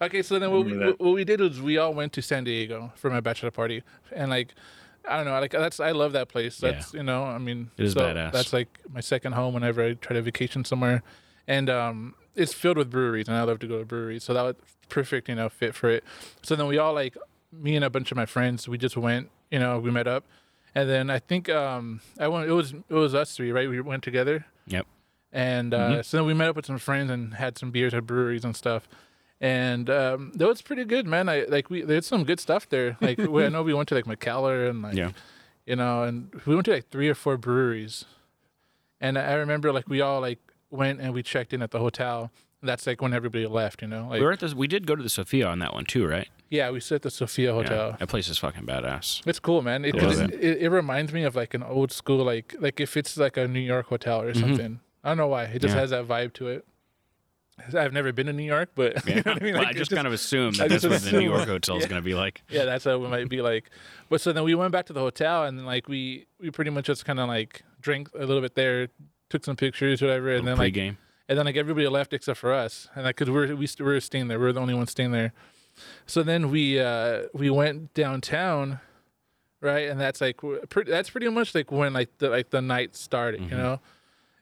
Speaker 1: Okay, so then what we,
Speaker 3: Remember that.
Speaker 1: what we did was we all went to San Diego for my bachelor party, and like, I don't know, like that's I love that place.
Speaker 2: Yeah.
Speaker 1: That's you know, I mean,
Speaker 2: It is
Speaker 1: so
Speaker 2: badass.
Speaker 1: That's like my second home whenever I try to vacation somewhere, and um, it's filled with breweries, and I love to go to breweries, so that would perfect you know fit for it. So then we all like me and a bunch of my friends, we just went, you know, we met up, and then I think um, I went. It was it was us three, right? We went together.
Speaker 2: Yep.
Speaker 1: And uh, so then we met up with some friends and had some beers at breweries and stuff. And um, that was pretty good, man. I like we there's some good stuff there. Like we, I know we went to like McKellar and like
Speaker 2: Yeah.
Speaker 1: you know, and we went to like three or four breweries. And I remember like we all like went and we checked in at the hotel. That's like when everybody left, you know. Like
Speaker 2: We were at this. We did go to the Sophia on that one too, right?
Speaker 1: yeah, we sit at the Sophia Hotel.
Speaker 2: Yeah. That place is fucking badass.
Speaker 1: It's cool, man. It,
Speaker 2: I
Speaker 1: 'cause
Speaker 2: love
Speaker 1: it, it, it reminds me of like an old school, like like if it's like a New York hotel or something. I don't know why. It just
Speaker 2: Mm-hmm. Yeah.
Speaker 1: has that vibe to it. I've never been to New York, but [laughs] you know what I mean?
Speaker 2: well,
Speaker 1: Like,
Speaker 2: I
Speaker 1: it
Speaker 2: just kind of assumed
Speaker 1: I
Speaker 2: that that's
Speaker 1: just
Speaker 2: what the New
Speaker 1: assumed.
Speaker 2: York hotel is going to be like.
Speaker 1: yeah, that's how it might be like. But so then we went back to the hotel and like we we pretty much just kind of like drank a little bit there, took some pictures, whatever, and then like
Speaker 2: pregame.
Speaker 1: and then like everybody left except for us, and like because we're we, st- we were staying there, we were the only ones staying there. So then we uh we went downtown, right? And that's like wh- pretty, that's pretty much like when like the like the night started, you know.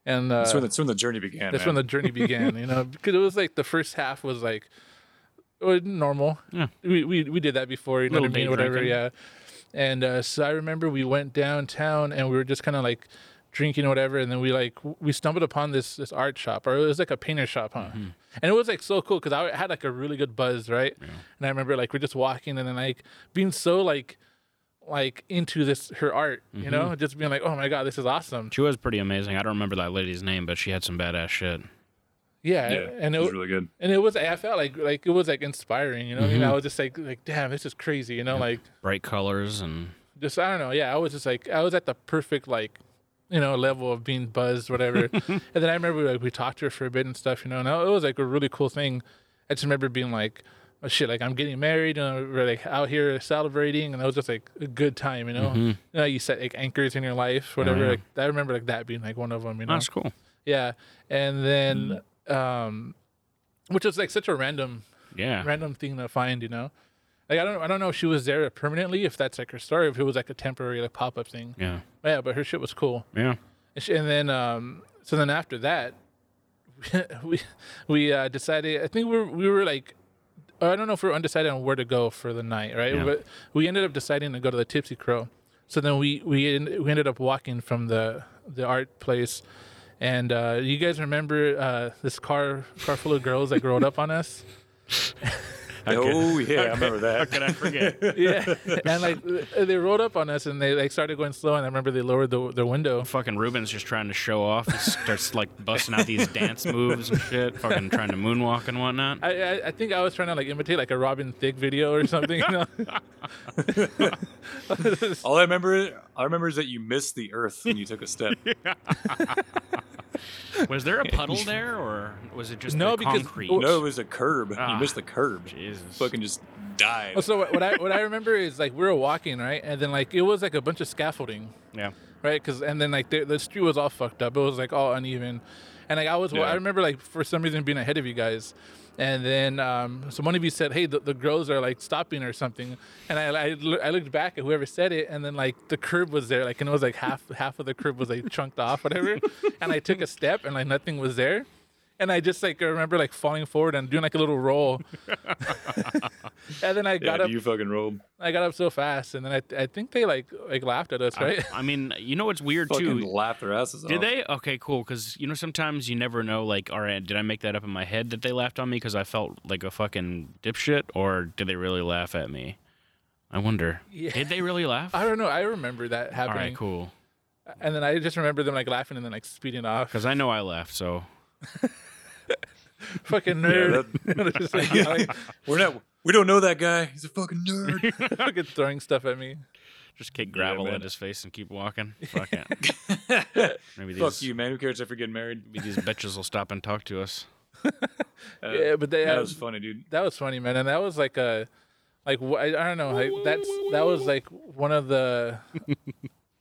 Speaker 1: And uh,
Speaker 3: Mm-hmm. That's when, the, that's when the journey began.
Speaker 1: that's
Speaker 3: man.
Speaker 1: when the journey began, you know, because it was like the first half was like it was normal.
Speaker 2: Yeah.
Speaker 1: We, we we did that before, you know
Speaker 2: Little
Speaker 1: what I mean?
Speaker 2: day
Speaker 1: Whatever,
Speaker 2: drinking.
Speaker 1: yeah. And uh, so I remember we went downtown and we were just kind of like drinking whatever, and then we like w- we stumbled upon this this art shop or it was like a painter shop, huh? And it was like so cool because I had like a really good buzz, right? And I remember like we're just walking and then like being so like like into this her art, you know, just being like, oh my god, this is awesome.
Speaker 2: She was pretty amazing. I don't remember that lady's name, but she had some badass shit.
Speaker 1: Yeah,
Speaker 3: Yeah,
Speaker 1: and
Speaker 3: it
Speaker 1: it,
Speaker 3: was really good.
Speaker 1: and it was I felt like like it was like inspiring, you know.
Speaker 2: Mm-hmm.
Speaker 1: What I mean, I was just like like damn, this is crazy, you know. Like
Speaker 2: Bright colors and oh,
Speaker 1: just I don't know, yeah. I was just like I was at the perfect like you know level of being buzzed,
Speaker 2: [laughs]
Speaker 1: whatever. and then I remember like we talked to her for a bit and stuff, you know. And it was like a really cool thing. I just remember being like. oh, Shit, like I'm getting married, and we're like out here celebrating, and it was just like a good time, you know. You know, you set like anchors in your life, whatever.
Speaker 2: Mm-hmm. Oh, yeah.
Speaker 1: Like I remember like that being like one of them, you know.
Speaker 2: that's Mm-hmm. cool.
Speaker 1: Yeah, and then um, which was like such a random
Speaker 2: Yeah.
Speaker 1: [laughs] random thing to find, you know. Like I don't I don't know if she was there permanently, if that's like her story, if it was like a temporary like pop up thing.
Speaker 2: Yeah.
Speaker 1: Yeah, but her shit was cool.
Speaker 2: Yeah.
Speaker 1: And, she, and then um so then after that [laughs] we we uh, decided I think we were, we were like uh, I don't know if we were undecided on where to go for the night, right?
Speaker 2: Yeah.
Speaker 1: But we ended up deciding to go to the Tipsy Crow. So then we we, en- we ended up walking from the the art place, and uh, you guys remember uh, this car car full of girls that rolled up on us?
Speaker 3: Oh
Speaker 1: [laughs]
Speaker 3: yeah, I remember that.
Speaker 2: Did I forget?
Speaker 1: yeah. [laughs] And like uh, they rolled up on us and they like started going slow. And I remember they lowered the their window.
Speaker 2: [laughs] Fucking Ruben's just trying to show off. He starts like busting out these dance moves and shit. Fucking trying to moonwalk and whatnot.
Speaker 1: I, I, I think I was trying to like imitate like a Robin Thicke video or something. You know? [laughs]
Speaker 3: All I remember, I remember is that you missed the earth when you took a step.
Speaker 2: Was [laughs] there a puddle there, or was it just
Speaker 1: No,
Speaker 2: the
Speaker 1: because-
Speaker 2: concrete?
Speaker 3: No, it was a curb.
Speaker 2: Ah.
Speaker 3: You missed the curb.
Speaker 2: Jesus.
Speaker 3: Fucking just died.
Speaker 1: Oh, [laughs] so what what I what I remember is like we were walking right, and then like it was like a bunch of scaffolding,
Speaker 2: Yeah.
Speaker 1: right? Because and then like the, the street was all fucked up. It was like all uneven, and like I was
Speaker 3: Yeah.
Speaker 1: I remember like for some reason being ahead of you guys, and then um, so one of you said, "Hey, the, the girls are like stopping or something," and I, I loo- I looked back at whoever said it, and then like the curb was there, like and it was like half half of the curb was like chunked off,
Speaker 3: [laughs]
Speaker 1: whatever, and I took a step and like nothing was there. And I just like remember like falling forward and doing like a little roll,
Speaker 3: [laughs]
Speaker 1: [laughs] and then I
Speaker 3: yeah,
Speaker 1: got up.
Speaker 3: you fucking rolled.
Speaker 1: I got up so fast, and then I, I think they like like laughed at us,
Speaker 2: I,
Speaker 1: right? [laughs]
Speaker 2: I mean, you know what's weird
Speaker 3: Fucking
Speaker 2: too?
Speaker 3: laughed their asses
Speaker 2: Did
Speaker 3: off.
Speaker 2: they? Okay, cool. Because you know sometimes you never know. Like, all right, did I make that up in my head that they laughed on me because I felt like a fucking dipshit, or did they really laugh at me? I wonder.
Speaker 1: Yeah.
Speaker 2: Did they really
Speaker 1: [laughs]
Speaker 2: laugh?
Speaker 1: I don't know. I remember that
Speaker 2: all
Speaker 1: happening,
Speaker 2: right, cool.
Speaker 1: and then I just remember them like laughing and then like speeding off.
Speaker 2: Because I know I laughed. So
Speaker 1: [laughs] Fucking
Speaker 3: Yeah,
Speaker 1: nerd,
Speaker 3: that-
Speaker 1: [laughs] Just,
Speaker 3: [laughs]
Speaker 1: like, you know, like,
Speaker 3: we're not. We don't know that guy. He's
Speaker 1: [laughs]
Speaker 3: a fucking nerd.
Speaker 1: fucking throwing stuff at me.
Speaker 2: just kick gravel
Speaker 3: man.
Speaker 2: at his face and keep walking. Fuck it. Maybe these,
Speaker 3: Fuck you, man. Who cares if you're
Speaker 1: [laughs]
Speaker 3: getting married?
Speaker 2: Maybe these bitches will stop and talk to us.
Speaker 3: Uh,
Speaker 1: yeah, but they,
Speaker 3: that was funny, dude.
Speaker 1: that was funny, man, and that was like a like wh- I, I don't know, like that's that was like one of
Speaker 2: [laughs]
Speaker 1: the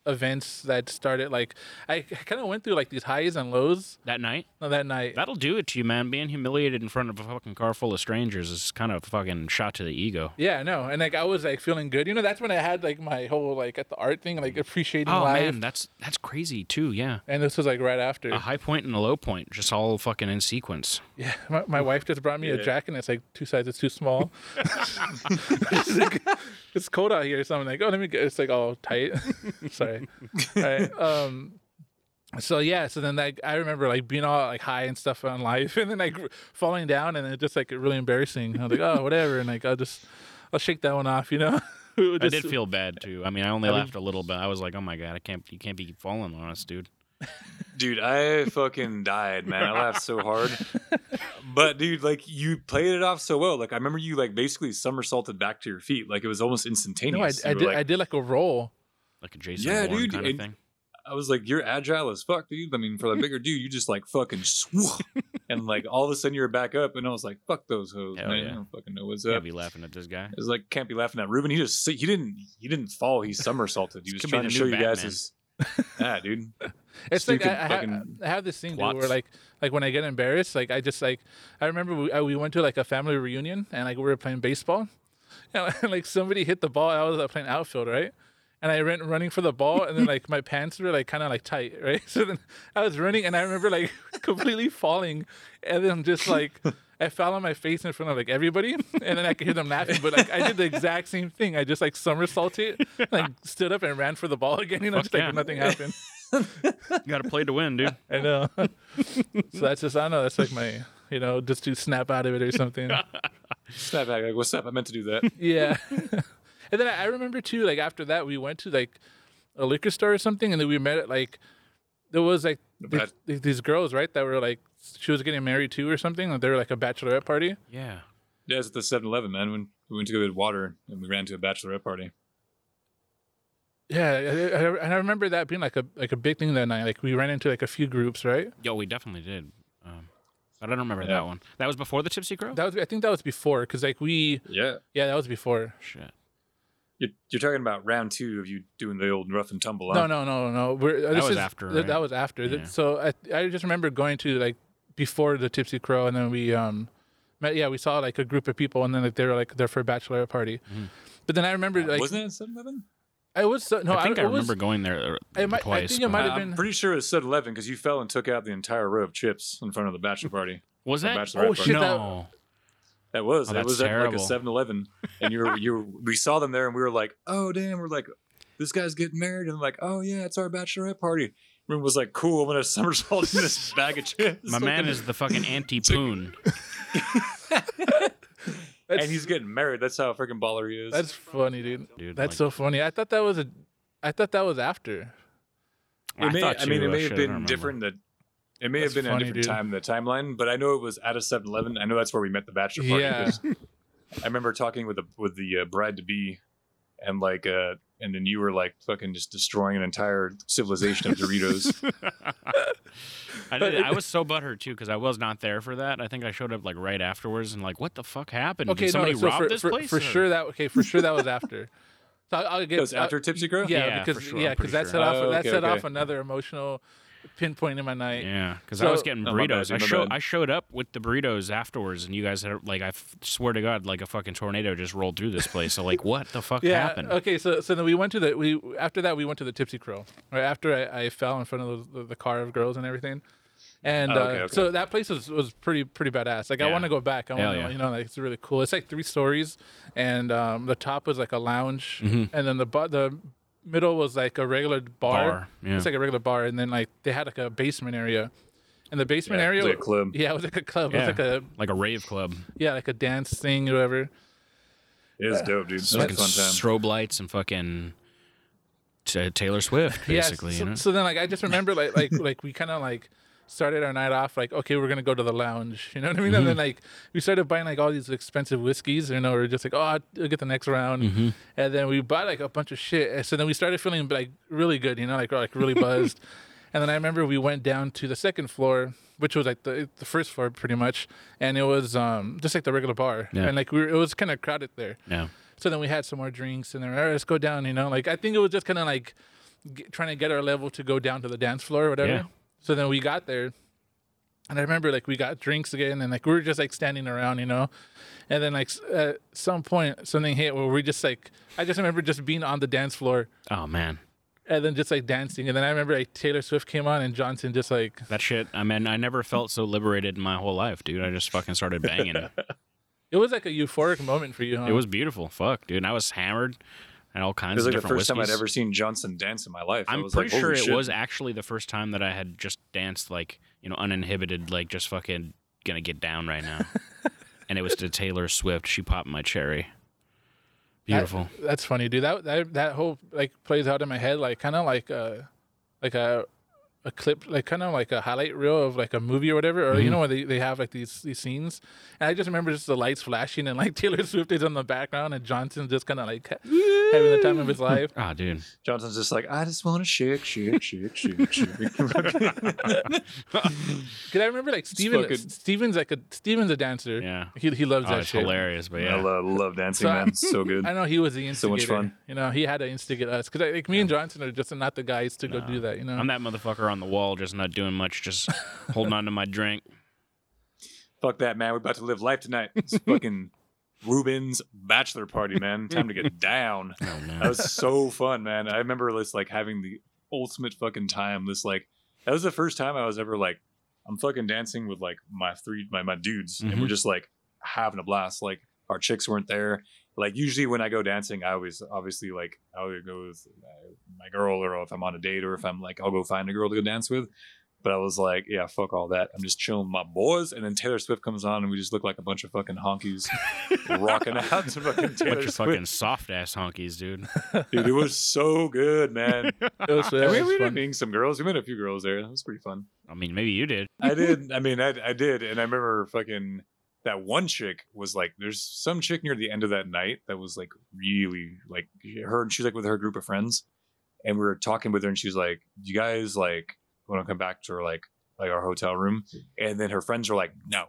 Speaker 1: events that started like I, kind of went through like these highs and lows
Speaker 2: That night,
Speaker 1: on that night.
Speaker 2: that'll do it to you, man. Being humiliated in front of a fucking car full of strangers is kind of a fucking shot to the ego.
Speaker 1: Yeah, no, and like I was like feeling good. You know, that's when I had like my whole like at the art thing, like appreciating
Speaker 2: Oh
Speaker 1: life.
Speaker 2: man, Uh-huh. that's that's crazy too. Yeah.
Speaker 1: And this was like right after.
Speaker 2: a high point and a low point, just all fucking in sequence.
Speaker 1: Yeah, my, my wife just brought me a
Speaker 3: Yeah.
Speaker 1: jacket, and it's like two sizes too
Speaker 3: [laughs]
Speaker 1: small. it's, like, it's cold out here, so I'm like, oh, let me get. It's like all tight. [laughs] Sorry. All right. Um. So yeah, so then like I remember like being all like high and stuff on life, [laughs] and then like falling down, and it just like really embarrassing. I was like, oh, whatever, and like I'll just I'll shake that one off, you know. [laughs] It would
Speaker 2: I
Speaker 1: just-
Speaker 2: did feel bad too. I mean, I only
Speaker 1: I mean-
Speaker 2: laughed a little bit. I was like, "Oh my god, I can't! You can't be falling on us, dude."
Speaker 3: Dude, I fucking died, man. I laughed so hard. But dude, like you played it off so well. Like I remember you like basically somersaulted back to your feet. Like it was almost
Speaker 1: No, I,
Speaker 3: instantaneous.
Speaker 1: I
Speaker 3: You were
Speaker 1: did.
Speaker 3: like-
Speaker 1: I did like a roll.
Speaker 2: Like a Jason
Speaker 3: Yeah,
Speaker 2: Bourne
Speaker 3: dude,
Speaker 2: kind of
Speaker 3: and-
Speaker 2: thing.
Speaker 3: I was like, you're agile as fuck, dude. I mean, for the bigger dude, you just like fucking swoosh. and like all of a sudden you're back up, and I was like, fuck those hoes,
Speaker 2: Hell
Speaker 3: man.
Speaker 2: yeah.
Speaker 3: I don't fucking know what's
Speaker 2: Can't
Speaker 3: up.
Speaker 2: be laughing at this guy.
Speaker 3: It was like can't be laughing at Ruben. He just he didn't he didn't fall. He somersaulted. He
Speaker 2: This
Speaker 3: was
Speaker 2: could be
Speaker 3: trying to
Speaker 2: the
Speaker 3: show
Speaker 2: new
Speaker 3: you guys
Speaker 2: Batman.
Speaker 3: his. Yeah, dude.
Speaker 1: It's like I,
Speaker 3: Stupid
Speaker 1: I, ha-
Speaker 3: fucking
Speaker 1: I have this thing dude, where
Speaker 2: twats.
Speaker 1: like like when I get embarrassed, like I just like I remember we, I, we went to like a family reunion and like we were playing baseball, [laughs] and like somebody hit the ball. I was uh, playing outfield, right? And I went running for the ball, and then like my pants were like kind of like tight, [laughs] right? So then I was running, and I remember like [laughs] completely falling, and then just like I fell on my face in front of like everybody, [laughs] and then I could hear them laughing. But like I did the exact same thing. I just like somersaulted, like stood up and ran for the ball again. You know,
Speaker 2: Fuck
Speaker 1: just like
Speaker 2: yeah.
Speaker 1: nothing happened.
Speaker 2: You got to play to win, dude.
Speaker 1: I know. so that's just I don't know that's like my you know just to snap out of it or something.
Speaker 3: Snap back. Like what's up? I meant to do that.
Speaker 1: yeah. [laughs] and then I I remember too like after that we went to like a liquor store or something and then we met at like there was like these,
Speaker 3: Bad.
Speaker 1: these girls right that were like she was getting married too or something and they were like a bachelorette party.
Speaker 2: [laughs] Yeah.
Speaker 3: Yeah, it's at the 7-Eleven, man. When we went to go get water and we ran to a bachelorette party.
Speaker 1: Yeah, I- I- I- and I remember that being like a like a big thing that night. Like we ran into like a few groups, right?
Speaker 2: Yo, we definitely did. Um, but I don't remember
Speaker 3: Yeah.
Speaker 2: that one. That was before the Tipsy Crow.
Speaker 1: That was I think that was before because like we
Speaker 3: Yeah.
Speaker 1: yeah that was before.
Speaker 2: Shit.
Speaker 3: You're, you're talking about round two of you doing the old rough and tumble.
Speaker 1: No,
Speaker 3: huh?
Speaker 1: no, no, no. We're, uh,
Speaker 2: That
Speaker 1: this
Speaker 2: was
Speaker 1: is-
Speaker 2: after,
Speaker 1: th-
Speaker 2: right?
Speaker 1: That was after. Th-
Speaker 2: Yeah.
Speaker 1: So I, I just remember going to like before the Tipsy Crow, and then we um met. Yeah, we saw like a group of people, and then like they were like there for a bachelorette party.
Speaker 2: Mhm.
Speaker 1: But then I remember like
Speaker 3: Wasn't it at 7-Eleven?
Speaker 1: I was so, no,
Speaker 2: I think I,
Speaker 1: it was-
Speaker 2: remember going there uh,
Speaker 1: I might- I
Speaker 2: twice.
Speaker 1: think it
Speaker 2: but-
Speaker 1: might have
Speaker 3: I'm
Speaker 1: been-
Speaker 3: pretty sure it was 7-Eleven because you fell and took out the entire row of chips in front of the bachelor
Speaker 1: [laughs]
Speaker 3: party.
Speaker 2: was
Speaker 3: the
Speaker 2: that?
Speaker 3: bachelorette
Speaker 1: oh,
Speaker 3: party.
Speaker 1: shit, that-
Speaker 2: no.
Speaker 3: That was.
Speaker 2: Oh,
Speaker 3: that
Speaker 2: that's
Speaker 3: was at
Speaker 2: terrible.
Speaker 3: like a 7-Eleven. And you were, you were, we saw them there and we were like, oh, damn. We're like, this guy's getting married. And like, oh, yeah, it's our bachelorette party. Ruben was like, cool, I'm going to [laughs] somersault in this bag of chips.
Speaker 2: My
Speaker 3: [laughs]
Speaker 2: man is the fucking anti-poon.
Speaker 1: that's,
Speaker 3: And he's getting married. That's how freaking baller he is.
Speaker 1: that's funny, dude.
Speaker 2: Dude,
Speaker 1: That's
Speaker 2: like,
Speaker 1: so funny. I thought that was a, I thought that was after.
Speaker 2: I,
Speaker 3: It may,
Speaker 2: thought
Speaker 3: I mean,
Speaker 2: too,
Speaker 3: it
Speaker 2: uh,
Speaker 3: may
Speaker 2: shit, I
Speaker 3: have
Speaker 2: don't
Speaker 3: been
Speaker 2: remember.
Speaker 3: different. That it may
Speaker 1: That's
Speaker 3: have been
Speaker 1: funny,
Speaker 3: a different
Speaker 1: dude.
Speaker 3: time in the timeline, but I know it was at a 7-Eleven. I know that's where we met the bachelor party.
Speaker 1: Yeah.
Speaker 3: 'cause I remember talking with the with the uh, bride to be, and like uh, and then you were like fucking just destroying an entire
Speaker 1: [laughs]
Speaker 3: civilization of Doritos.
Speaker 2: [laughs] I, did, I was so butthurt too because I was not there for that. I think I showed up like right afterwards and like, what the fuck happened?
Speaker 1: Okay,
Speaker 2: did somebody
Speaker 1: no, so
Speaker 2: rob
Speaker 1: for,
Speaker 2: this
Speaker 1: for,
Speaker 2: place?
Speaker 1: for
Speaker 2: or- [laughs]
Speaker 1: sure that okay for sure that was after. So I'll, I'll get
Speaker 3: It was after Tipsy Girl?
Speaker 1: uh, yeah,
Speaker 2: Yeah, for
Speaker 1: because
Speaker 2: sure,
Speaker 1: yeah
Speaker 2: I'm
Speaker 1: 'cause
Speaker 2: pretty
Speaker 1: that
Speaker 2: sure.
Speaker 1: set off
Speaker 3: Oh,
Speaker 1: that
Speaker 3: okay,
Speaker 1: set
Speaker 3: okay.
Speaker 1: off another emotional pinpoint in my night.
Speaker 2: Yeah, because I
Speaker 1: So-
Speaker 2: was getting
Speaker 3: Oh, my bad,
Speaker 2: burritos.
Speaker 3: dude,
Speaker 2: I
Speaker 3: my
Speaker 2: showed
Speaker 3: bad.
Speaker 2: I showed up with the burritos afterwards, and you guys had like I f- swear to God, like a fucking tornado just rolled through this place. So like, what the fuck
Speaker 1: Yeah.
Speaker 2: happened?
Speaker 1: Okay. So so then we went to the we after that we went to the Tipsy Crow right after I, I fell in front of the, the car of girls and everything, and
Speaker 3: Oh, okay,
Speaker 1: uh,
Speaker 3: okay.
Speaker 1: so that place was, was pretty pretty badass. Like I
Speaker 2: Yeah.
Speaker 1: want to go back. I
Speaker 2: Hell
Speaker 1: want to
Speaker 2: yeah.
Speaker 1: you know like it's really cool. It's like three stories, and um, the top was like a lounge,
Speaker 2: Mhm.
Speaker 3: Mm-hmm.
Speaker 1: and then the bu- the middle was like a regular bar.
Speaker 2: Bar, yeah.
Speaker 1: It's like a regular bar, and then like they had like a basement area, and the
Speaker 3: Yeah,
Speaker 1: basement
Speaker 3: it
Speaker 1: area
Speaker 3: was like a club.
Speaker 1: yeah, it was like a club.
Speaker 2: Yeah.
Speaker 1: It was like a
Speaker 2: like a rave club,
Speaker 1: yeah, like a dance thing or whatever.
Speaker 3: It was dope, dude. It was a
Speaker 2: fucking
Speaker 3: fun time.
Speaker 2: strobe lights and fucking t- Taylor
Speaker 1: [laughs]
Speaker 2: Swift, basically.
Speaker 1: Yeah, so,
Speaker 2: you know?
Speaker 1: so then like I just remember like
Speaker 2: [laughs]
Speaker 1: like like we kind of like started our night off like okay we're gonna go to the lounge you know what I mean and
Speaker 2: Mm-hmm.
Speaker 1: then like we started buying like all these expensive whiskeys you know we are just like oh I'll I'll get the next round
Speaker 2: Mm-hmm.
Speaker 1: and then we bought like a bunch of shit and so then we started feeling like really good you know like like really
Speaker 2: [laughs]
Speaker 1: buzzed and then I remember we went down to the second floor which was like the the first floor pretty much and it was um just like the regular bar
Speaker 2: Yeah.
Speaker 1: and like we were, it was kind of crowded there
Speaker 2: yeah.
Speaker 1: so then we had some more drinks, and then all right, let's go down. You know, like I think it was just kind of like g trying to get our level to go down to the dance floor or whatever.
Speaker 2: Yeah.
Speaker 1: So then we got there, and I remember like we got drinks again, and like we were just like standing around, you know. And then like s- at some point something hit where we just like I just remember just being on the dance floor
Speaker 2: Oh man,
Speaker 1: and then just like dancing, and then I remember like Taylor Swift came on and Johnson just like
Speaker 2: that shit. I mean, I never felt so liberated in my whole life, dude. I just fucking started
Speaker 3: [laughs]
Speaker 2: banging.
Speaker 1: it was like a euphoric moment for you. Huh?
Speaker 2: it was beautiful. Fuck, dude. And I was hammered and all
Speaker 3: It
Speaker 2: kinds
Speaker 3: was
Speaker 2: of
Speaker 3: like the
Speaker 2: different
Speaker 3: first time I'd
Speaker 2: whiskeys.
Speaker 3: ever seen Johnson dance in my life. I
Speaker 2: I'm
Speaker 3: was
Speaker 2: pretty
Speaker 3: like,
Speaker 2: sure
Speaker 3: "Holy
Speaker 2: it
Speaker 3: shit."
Speaker 2: was actually the first time that I had just danced like you know uninhibited, like just fucking gonna get down right
Speaker 3: [laughs]
Speaker 2: now. and it was to Taylor Swift. She popped my cherry.
Speaker 1: That-
Speaker 2: Beautiful.
Speaker 1: that's funny, dude. That that that whole like plays out in my head, like kind of like a like a a clip, like kind of like a highlight reel of like a movie or whatever, or you
Speaker 3: Mm-hmm.
Speaker 2: Mhm.
Speaker 1: know where they, they have like these these scenes. And I just remember just the lights flashing and like [laughs] Taylor Swift is on the background and Johnson's just kind of like ha- having the time of his life.
Speaker 2: Ah, dude.
Speaker 3: Johnson's just like, I just want to shake, shake, shake, shake, shake.
Speaker 1: [laughs] Cause I remember like Steven,
Speaker 3: fucking-
Speaker 1: Steven's like a Steven's a dancer.
Speaker 2: Yeah.
Speaker 1: He he loves
Speaker 2: Oh,
Speaker 1: that
Speaker 2: it's
Speaker 1: shit.
Speaker 2: hilarious, but
Speaker 3: I
Speaker 2: yeah.
Speaker 3: love, love dancing,
Speaker 1: So-
Speaker 3: man. It's so good.
Speaker 1: I know he was the instigator.
Speaker 3: So much fun.
Speaker 1: You know, he had to instigate us because like me and Johnson are just not the guys to go do that. You know,
Speaker 2: I'm that motherfucker on the wall, just not doing much, just
Speaker 3: [laughs]
Speaker 2: holding on to my drink.
Speaker 3: Fuck that, man. We're about to live life tonight. It's fucking Ruben's bachelor party, man. Time to get down.
Speaker 2: Oh
Speaker 3: That
Speaker 2: no.
Speaker 3: was so fun, man. I remember this like having the ultimate fucking time. This like that was the first time I was ever like, I'm fucking dancing with like my three my my dudes, and we're
Speaker 2: Mhm.
Speaker 3: just like having a blast. Like our chicks weren't there. Like usually when I go dancing, I always obviously like I would go with uh, my girl, or if I'm on a date, or if I'm like I'll go find a girl to go dance with. But I was like, yeah, fuck all that. I'm just chilling with my boys. And then Taylor Swift comes on, and we just look like a bunch of fucking honkies [laughs] rocking out to
Speaker 1: [laughs]
Speaker 3: fucking Taylor
Speaker 2: Bunch of
Speaker 3: Swift.
Speaker 2: fucking soft ass honkies, dude.
Speaker 3: Dude, it was so
Speaker 2: [laughs]
Speaker 3: good, man.
Speaker 1: It was- it
Speaker 3: And
Speaker 1: was
Speaker 3: we ended up
Speaker 1: fun.
Speaker 3: meeting some girls. We met a few girls there. That was pretty fun.
Speaker 2: I mean, maybe you did.
Speaker 3: I did. I mean, I, I did. And I remember fucking that one chick was like, there's some chick near the end of that night that was like really like her. She was like with her group of friends, and we were talking with her, and she's like, "You guys like want to come back to her like like our hotel room?" And then her friends were like, "No."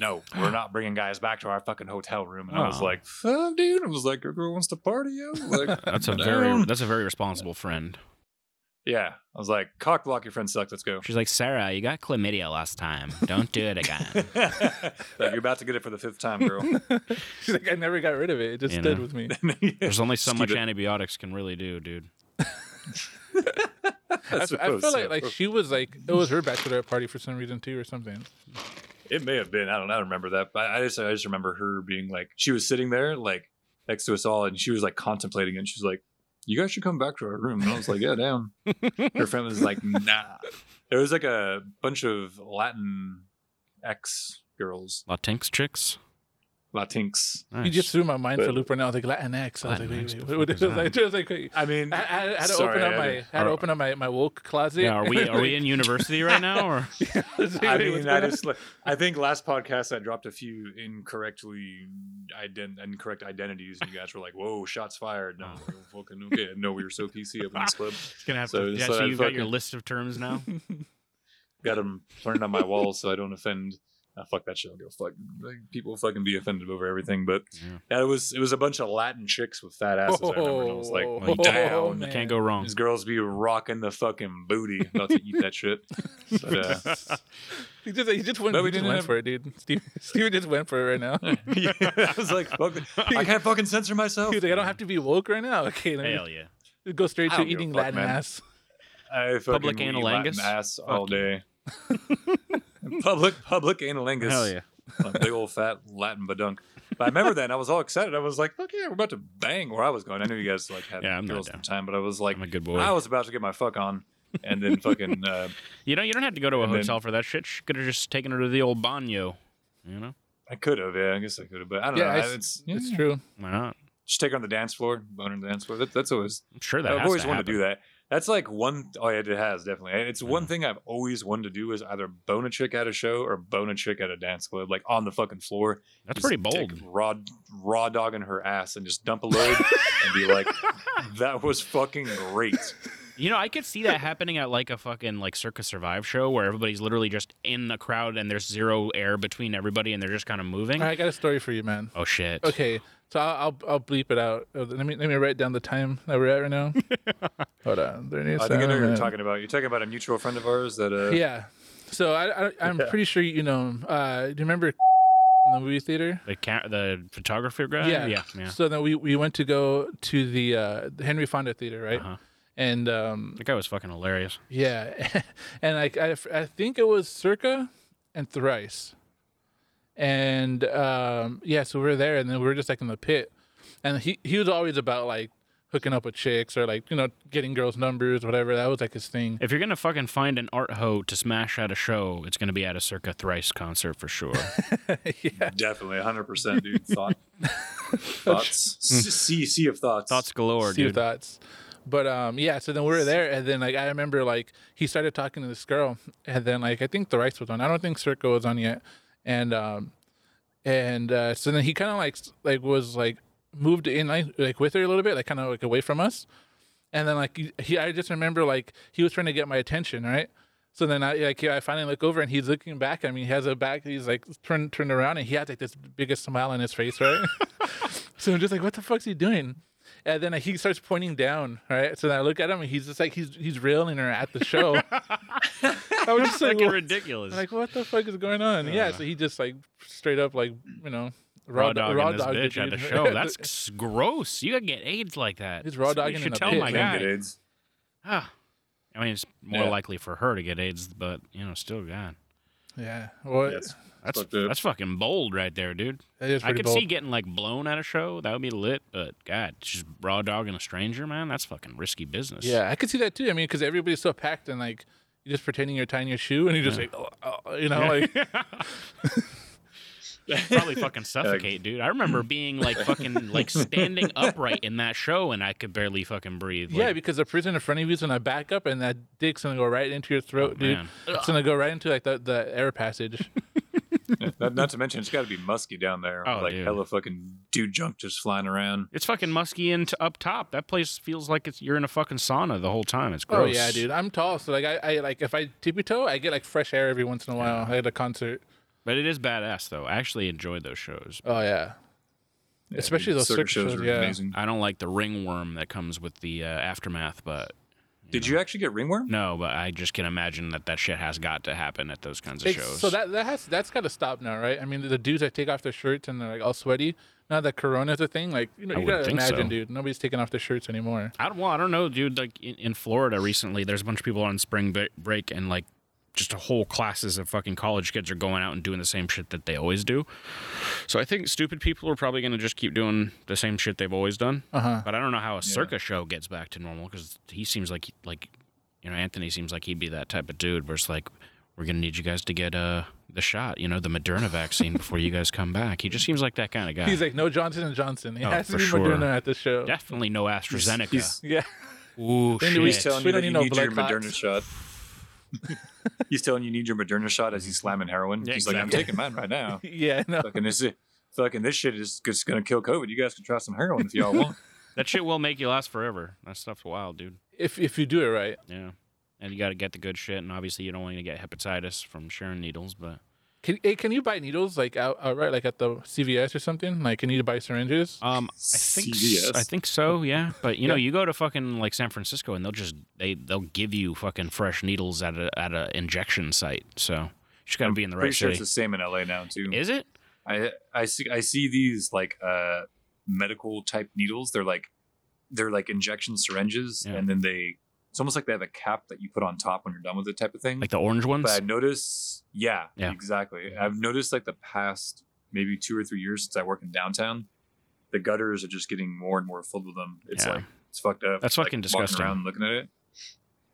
Speaker 3: No, we're not bringing guys back to our fucking hotel room. And I was
Speaker 2: Oh.
Speaker 3: like, "Fuck, dude!" I was like, "Your girl wants to party, yo!" Like,
Speaker 2: [laughs] That's a
Speaker 3: Damn.
Speaker 2: very that's a very responsible friend.
Speaker 3: yeah, I was like, "Cock block, your friend sucks. Let's go."
Speaker 2: She's like, Sarah, you got chlamydia last time. Don't do it again.
Speaker 3: [laughs]
Speaker 1: [laughs]
Speaker 3: like you're about to get it for the fifth time, [laughs] girl.
Speaker 1: She's like, I never got rid of it. It just
Speaker 2: You
Speaker 1: stood
Speaker 2: know?
Speaker 1: with
Speaker 3: [laughs]
Speaker 1: me.
Speaker 2: There's only so
Speaker 3: Just
Speaker 2: much
Speaker 3: keep it-
Speaker 2: antibiotics can really do, dude.
Speaker 1: I, I feel
Speaker 3: suppose
Speaker 1: like
Speaker 3: so.
Speaker 1: like she was like it was her bachelorette party for some reason too or something.
Speaker 3: it may have been. I don't. I don't remember that. But I just. I just remember her being like, she was sitting there like next to us all, and she was like contemplating it. She's like, "You guys should come back to our room." And I was like, "Yeah, damn." [laughs] Her friend was like, "Nah." There was like a bunch of Latin ex girls.
Speaker 2: Latinx chicks.
Speaker 3: Latinx.
Speaker 1: You just threw my mind for
Speaker 3: But-
Speaker 1: loop right now. I was like Latinx. I was like, wait,
Speaker 2: Latinx
Speaker 1: wait,
Speaker 2: the
Speaker 1: what- what
Speaker 2: fuck
Speaker 1: is
Speaker 2: is
Speaker 1: this? [laughs]
Speaker 2: that?
Speaker 1: I was like, wait.
Speaker 3: I mean,
Speaker 1: I, I had to
Speaker 3: Sorry,
Speaker 1: open up
Speaker 3: I
Speaker 1: my
Speaker 3: didn't-
Speaker 1: had to
Speaker 2: Are-
Speaker 1: open up my, my woke closet.
Speaker 2: Yeah, are we
Speaker 1: [laughs]
Speaker 2: are
Speaker 3: [laughs]
Speaker 2: we in university right now? Or
Speaker 1: Let's see,
Speaker 3: I
Speaker 1: wait, what's
Speaker 3: mean,
Speaker 1: going
Speaker 3: I
Speaker 1: on?
Speaker 3: just like, I think last podcast I dropped a few incorrectly ident- incorrect identities, and you guys were like, "Whoa, shots fired!" No, [laughs] fucking okay. No, we were so PC up in this club.
Speaker 2: it's gonna have
Speaker 3: So
Speaker 2: to.
Speaker 3: just
Speaker 2: Yeah,
Speaker 3: so
Speaker 2: so
Speaker 3: I
Speaker 2: you've got your
Speaker 3: fucking-
Speaker 2: list of terms
Speaker 3: [laughs]
Speaker 2: now.
Speaker 3: Got them printed on my wall so I don't offend. Ah, fuck that shit. I'll go fuck. Like, people fucking be offended over everything, but
Speaker 2: Yeah.
Speaker 3: that was it was a bunch of Latin chicks with fat asses. I remember, and I was like,
Speaker 1: Oh,
Speaker 2: well, you can't-
Speaker 1: oh,
Speaker 3: down.
Speaker 2: You
Speaker 1: man.
Speaker 2: can't go wrong.
Speaker 3: these girls be rocking the fucking booty, about to eat that shit. But, uh, [laughs]
Speaker 1: [laughs] He just he just went,
Speaker 3: But we
Speaker 1: he just
Speaker 3: didn't
Speaker 1: went
Speaker 3: have-
Speaker 1: for it, dude. [laughs] Steve, Steven just went for
Speaker 3: [laughs]
Speaker 1: it right now.
Speaker 3: yeah, I was like, fuck, it. I can't fucking censor myself.
Speaker 1: He's like, I don't have to be woke right now. [laughs] Okay, let me
Speaker 2: Hell yeah.
Speaker 1: go straight
Speaker 3: I
Speaker 1: to
Speaker 3: don't give a
Speaker 1: eating
Speaker 3: fuck,
Speaker 1: Latin
Speaker 3: man.
Speaker 1: ass.
Speaker 3: I fucking
Speaker 2: Public
Speaker 3: eat
Speaker 2: analingus?
Speaker 3: Latin ass all
Speaker 2: Fuck you. [laughs]
Speaker 3: day. public public analingus.
Speaker 2: Hell yeah.
Speaker 3: A big old fat Latin badunk. But I remember that and I was all excited. I was like, fuck yeah, we're about to bang where I was going. I knew you guys like had
Speaker 2: Yeah, I'm not
Speaker 3: girls at the
Speaker 2: down.
Speaker 3: time, but I was like
Speaker 2: I'm a good
Speaker 3: I
Speaker 2: boy.
Speaker 3: was about to get my fuck on. And then
Speaker 2: [laughs]
Speaker 3: fucking uh,
Speaker 2: You know, you don't have to go to a
Speaker 3: And then-
Speaker 2: hotel for that shit. You could have just taken her to the old baño. You know,
Speaker 3: I could have, yeah, I guess I could have, but I don't
Speaker 1: Yeah,
Speaker 3: know.
Speaker 1: I
Speaker 3: I,
Speaker 1: s-
Speaker 3: it's,
Speaker 1: It's true.
Speaker 2: why not?
Speaker 3: Just take her on the dance floor, bone her on the dance floor. That, that's always
Speaker 2: I'm sure that.
Speaker 3: I've
Speaker 2: has
Speaker 3: always
Speaker 2: to
Speaker 3: wanted
Speaker 2: happen.
Speaker 3: to do that. That's like one. Oh yeah, it has definitely. It's one
Speaker 2: Yeah.
Speaker 3: thing I've always wanted to do is either bone a chick at a show or bone a chick at a dance club, like on the fucking floor.
Speaker 2: That's
Speaker 3: Just
Speaker 2: pretty
Speaker 3: take
Speaker 2: bold.
Speaker 3: Raw, raw dog in her ass and just dump a load and be
Speaker 2: [laughs]
Speaker 3: like, "That was fucking great."
Speaker 2: You know, I could see that happening at like a fucking like Circus Survive show where everybody's literally just in the crowd and there's zero air between everybody and they're just kind of moving.
Speaker 1: All right, I got a story for you, man.
Speaker 2: Oh shit.
Speaker 1: Okay, so I'll I'll, I'll bleep it out. Uh, Let me let me write down the time that we're at right
Speaker 3: [laughs]
Speaker 1: now. Hold on. There needs
Speaker 3: I
Speaker 1: to
Speaker 3: think I know
Speaker 1: be
Speaker 3: what
Speaker 1: a-
Speaker 3: you're talking about. You're talking about a mutual friend of ours that uh,
Speaker 1: Yeah. So I, I I'm
Speaker 3: Yeah.
Speaker 1: pretty sure you know him. Uh, do you remember in the movie theater?
Speaker 2: The ca- the photographer guy.
Speaker 1: Yeah.
Speaker 2: Yeah. yeah.
Speaker 1: So then we, we went to go to the uh, the Henry Fonda Theater, right?
Speaker 2: Uh-huh.
Speaker 1: And um,
Speaker 2: That guy was fucking hilarious.
Speaker 1: Yeah, [laughs] and I, I I think it was Circa and Thrice, and um, yeah, so we were there, and then we were just like in the pit, and he he was always about like hooking up with chicks or like you know getting girls' numbers, whatever. That was like his thing. [laughs]
Speaker 2: If you're gonna fucking find an art hoe to smash at a show, it's gonna be at a Circa Thrice concert for
Speaker 1: [laughs]
Speaker 2: sure.
Speaker 1: yeah,
Speaker 3: definitely 100 percent,
Speaker 2: [laughs]
Speaker 3: dude. Thought, thoughts, see, see of thoughts,
Speaker 2: Hmm. Thoughts galore,
Speaker 1: see your
Speaker 2: dude.
Speaker 1: thoughts. But um, yeah, so then we were there, and then like I remember like he started talking to this girl, and then like I think Thrice was on. I don't think Circa was on yet, and um, and uh, so then he kind of like s- like was like moved in like, like with her a little bit, like kind of like away from us, and then like he- he, I just remember like he was trying to get my attention, right? So then I like I finally look over and he's looking back at me. He has a back. He's like turned turned around and he has like this biggest smile on his face, right? [laughs] so I'm just like, what the fuck's he doing? And then he starts pointing down, right? So then I look at him and he's just like he's he's railing her at the show.
Speaker 2: [laughs]
Speaker 1: I was just like,
Speaker 2: fucking
Speaker 1: what?
Speaker 2: ridiculous.
Speaker 1: like what the fuck is going on? yeah,
Speaker 2: Uh.
Speaker 1: so he just like straight up like you know raw,
Speaker 2: raw dog
Speaker 1: raw
Speaker 2: this
Speaker 1: dogged
Speaker 2: bitch at
Speaker 1: dude.
Speaker 2: a show. That's s- gross. You gotta get AIDS like that.
Speaker 1: He's raw
Speaker 2: Somebody
Speaker 1: dogging
Speaker 2: should
Speaker 1: in a
Speaker 2: tell
Speaker 1: pit,
Speaker 2: my
Speaker 3: Can't
Speaker 2: guy.
Speaker 3: get AIDS.
Speaker 2: Ah. I mean, it's more
Speaker 3: Yeah.
Speaker 2: likely for her to get AIDS, but you know, still God.
Speaker 1: [laughs] yeah. Well,
Speaker 3: Yeah, it's
Speaker 2: That's
Speaker 3: fucked up.
Speaker 2: that's fucking bold right there, dude.
Speaker 1: that is
Speaker 2: I
Speaker 1: pretty
Speaker 2: could
Speaker 1: bold.
Speaker 2: see getting like blown at a show. That would be lit, but God, just raw dogging a stranger, man. That's fucking risky business.
Speaker 1: Yeah, I could see that too. I mean, because everybody's so packed and like you're just pretending you're tying your shoe and you're just like, oh, oh, you know, like
Speaker 2: probably fucking suffocate, dude. I remember being like fucking like standing upright in that show, and I could barely fucking breathe.
Speaker 1: yeah,
Speaker 2: Like,
Speaker 1: because the person in front of you is gonna back up and that dick's gonna go right into your throat, dude.
Speaker 2: man.
Speaker 1: It's gonna go right into like the, the air passage.
Speaker 3: not, not to mention, it's got to be musky down there.
Speaker 2: Oh,
Speaker 3: like
Speaker 2: dude.
Speaker 3: hella fucking dude junk just flying around.
Speaker 2: it's fucking musky and t- up top. That place feels like it's you're in a fucking sauna the whole time. It's
Speaker 1: oh
Speaker 2: gross.
Speaker 1: yeah, dude. I'm tall, so like I, I like if I tippy toe, I get like fresh air every once in a while at a concert.
Speaker 2: But it is badass though. I actually enjoy those shows.
Speaker 1: Oh yeah.
Speaker 3: Yeah,
Speaker 1: Especially
Speaker 3: dude,
Speaker 1: those circus shows,
Speaker 3: are
Speaker 1: yeah.
Speaker 3: amazing.
Speaker 2: I don't like the ringworm that comes with the uh, aftermath, but
Speaker 3: Did you actually get ringworm?
Speaker 2: no, but I just can imagine that that shit has got to happen at those kinds of
Speaker 1: It's-
Speaker 2: shows.
Speaker 1: So that that has that's gotta stop now, right? I mean, the dudes that take off their shirts and they're like all sweaty. Now that Corona's a thing, like you know,
Speaker 2: I
Speaker 1: you
Speaker 2: wouldn't
Speaker 1: gotta
Speaker 2: think so.
Speaker 1: imagine, dude. Nobody's taking off their shirts anymore.
Speaker 2: I don't, well, I don't know, dude. Like in, in Florida recently, there's a bunch of people on spring ba- break, and like just a whole classes of fucking college kids are going out and doing the same shit that they always do. So I think stupid people are probably going to just keep doing the same shit they've always done.
Speaker 1: Uh huh.
Speaker 2: But I don't know how a circus show gets back to normal because he seems like like you know Anthony seems like he'd be that type of dude where it's like we're gonna need you guys to get uh the shot, you know, the Moderna vaccine before you guys come back. He just seems like that kind of guy.
Speaker 1: He's like, no Johnson and Johnson. It
Speaker 2: Oh,
Speaker 1: has to
Speaker 2: for
Speaker 1: be
Speaker 2: sure.
Speaker 1: Moderna at the show.
Speaker 2: Definitely no AstraZeneca.
Speaker 3: he's-
Speaker 1: Yeah. [laughs]
Speaker 2: Ooh,
Speaker 1: Then
Speaker 2: shit.
Speaker 1: do we
Speaker 3: He's telling
Speaker 1: We
Speaker 3: you
Speaker 1: don't
Speaker 3: that
Speaker 1: need
Speaker 3: you
Speaker 1: no
Speaker 3: need your
Speaker 1: blood
Speaker 3: Moderna shot.
Speaker 2: [laughs]
Speaker 3: he's telling you need your Moderna shot as he's slamming heroin.
Speaker 2: Yeah,
Speaker 3: he's like, I'm
Speaker 2: exactly.
Speaker 3: taking mine
Speaker 2: [laughs]
Speaker 3: right now.
Speaker 1: Yeah. No.
Speaker 3: fucking this, is- fucking this shit is just gonna kill COVID. You guys can try some heroin if y'all want.
Speaker 2: that shit will make you last forever. That stuff's wild, dude.
Speaker 1: If if you do it right,
Speaker 2: Yeah. And you got to get the good shit, and obviously you don't want to get hepatitis from sharing needles, but
Speaker 1: can hey, can you buy needles like out, outright, like at the CVS or something? Like, can you buy syringes?
Speaker 2: um, I think
Speaker 3: CVS.
Speaker 2: s- I think so, yeah. But you know,
Speaker 1: Yeah.
Speaker 2: you go to fucking like San Francisco, and they'll just they they'll give you fucking fresh needles at a at a injection site. So you just got to be in the
Speaker 3: Pretty
Speaker 2: right
Speaker 3: sure
Speaker 2: city.
Speaker 3: it's the same in LA now too.
Speaker 2: Is it?
Speaker 3: I I see I see these like uh medical type needles. They're like they're like injection syringes,
Speaker 2: Yeah.
Speaker 3: and then they it's almost like they have a cap that you put on top when you're done with it type of thing.
Speaker 2: Like the orange ones?
Speaker 3: but I notice, yeah,
Speaker 2: Yeah.
Speaker 3: exactly. I've noticed like the past maybe two or three years since I work in downtown, the gutters are just getting more and more filled with them. It's
Speaker 2: Yeah.
Speaker 3: like it's fucked up.
Speaker 2: That's
Speaker 3: Like,
Speaker 2: fucking
Speaker 3: walking
Speaker 2: disgusting.
Speaker 3: Around looking at it,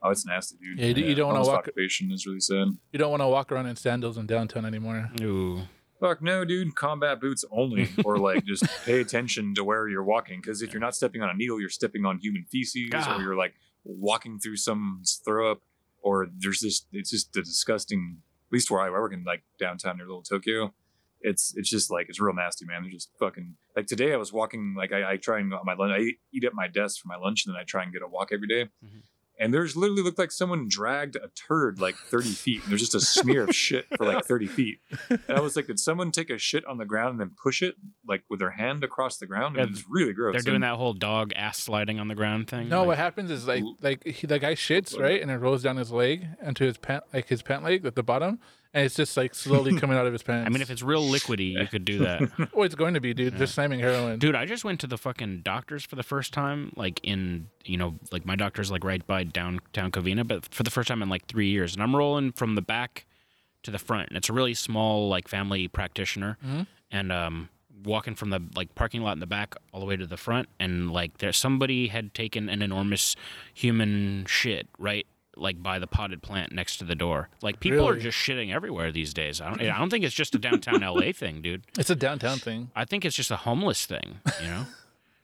Speaker 3: oh, it's nasty, dude.
Speaker 1: Yeah, you, you don't want to
Speaker 3: Homeless
Speaker 1: walk.
Speaker 3: Occupation is really sad.
Speaker 1: You don't want to walk around in sandals in downtown anymore. [laughs]
Speaker 2: Ooh.
Speaker 3: Fuck no, dude. Combat boots only, or like just pay attention to where you're walking. Because if you're not stepping on a needle, you're stepping on human feces,
Speaker 2: Ah.
Speaker 3: or you're like walking through someone's throw up, or there's this. It's just a disgusting. At least where I, I work in like downtown near Little Tokyo, it's it's just like it's real nasty, man. They're just fucking like today. I was walking like I, I try and go on my lunch. I eat at my desk for my lunch, and then I try and get a walk every day.
Speaker 2: Mhm.
Speaker 3: And there's literally looked like someone dragged a turd like 30 feet, and there's just a smear of shit for like 30 feet. And I was like, did someone take a shit on the ground and then push it like with their hand across the ground? And
Speaker 2: Yeah,
Speaker 3: it's really gross.
Speaker 2: They're doing
Speaker 3: And
Speaker 2: that whole dog ass sliding on the ground thing.
Speaker 1: No, what
Speaker 2: like,
Speaker 1: happens is like
Speaker 3: Ooh.
Speaker 1: like he, the guy shits right, and it rolls down his leg into his pant like his pant leg at the bottom, and it's just like
Speaker 2: [laughs]
Speaker 1: slowly coming out of his pants.
Speaker 2: I mean, if it's real liquidy, you could do that.
Speaker 1: [laughs] oh, it's going to be, dude, just slamming heroin.
Speaker 2: Dude, I just went to the fucking doctors for the first time, like in you know, like my doctor's like right by downtown Covina, but for the first time in like three years, and I'm rolling from the back to the front, and it's a really small like family practitioner,
Speaker 1: Mhm.
Speaker 2: and um, walking from the like parking lot in the back all the way to the front, and like there somebody had taken an enormous human shit right. Like by the potted plant next to the door. Like people are
Speaker 1: Really?
Speaker 2: just shitting everywhere these days. I don't. I don't think it's just a downtown LA thing, dude.
Speaker 1: It's a downtown thing.
Speaker 2: I think it's just a homeless thing, you
Speaker 3: [laughs]
Speaker 2: know?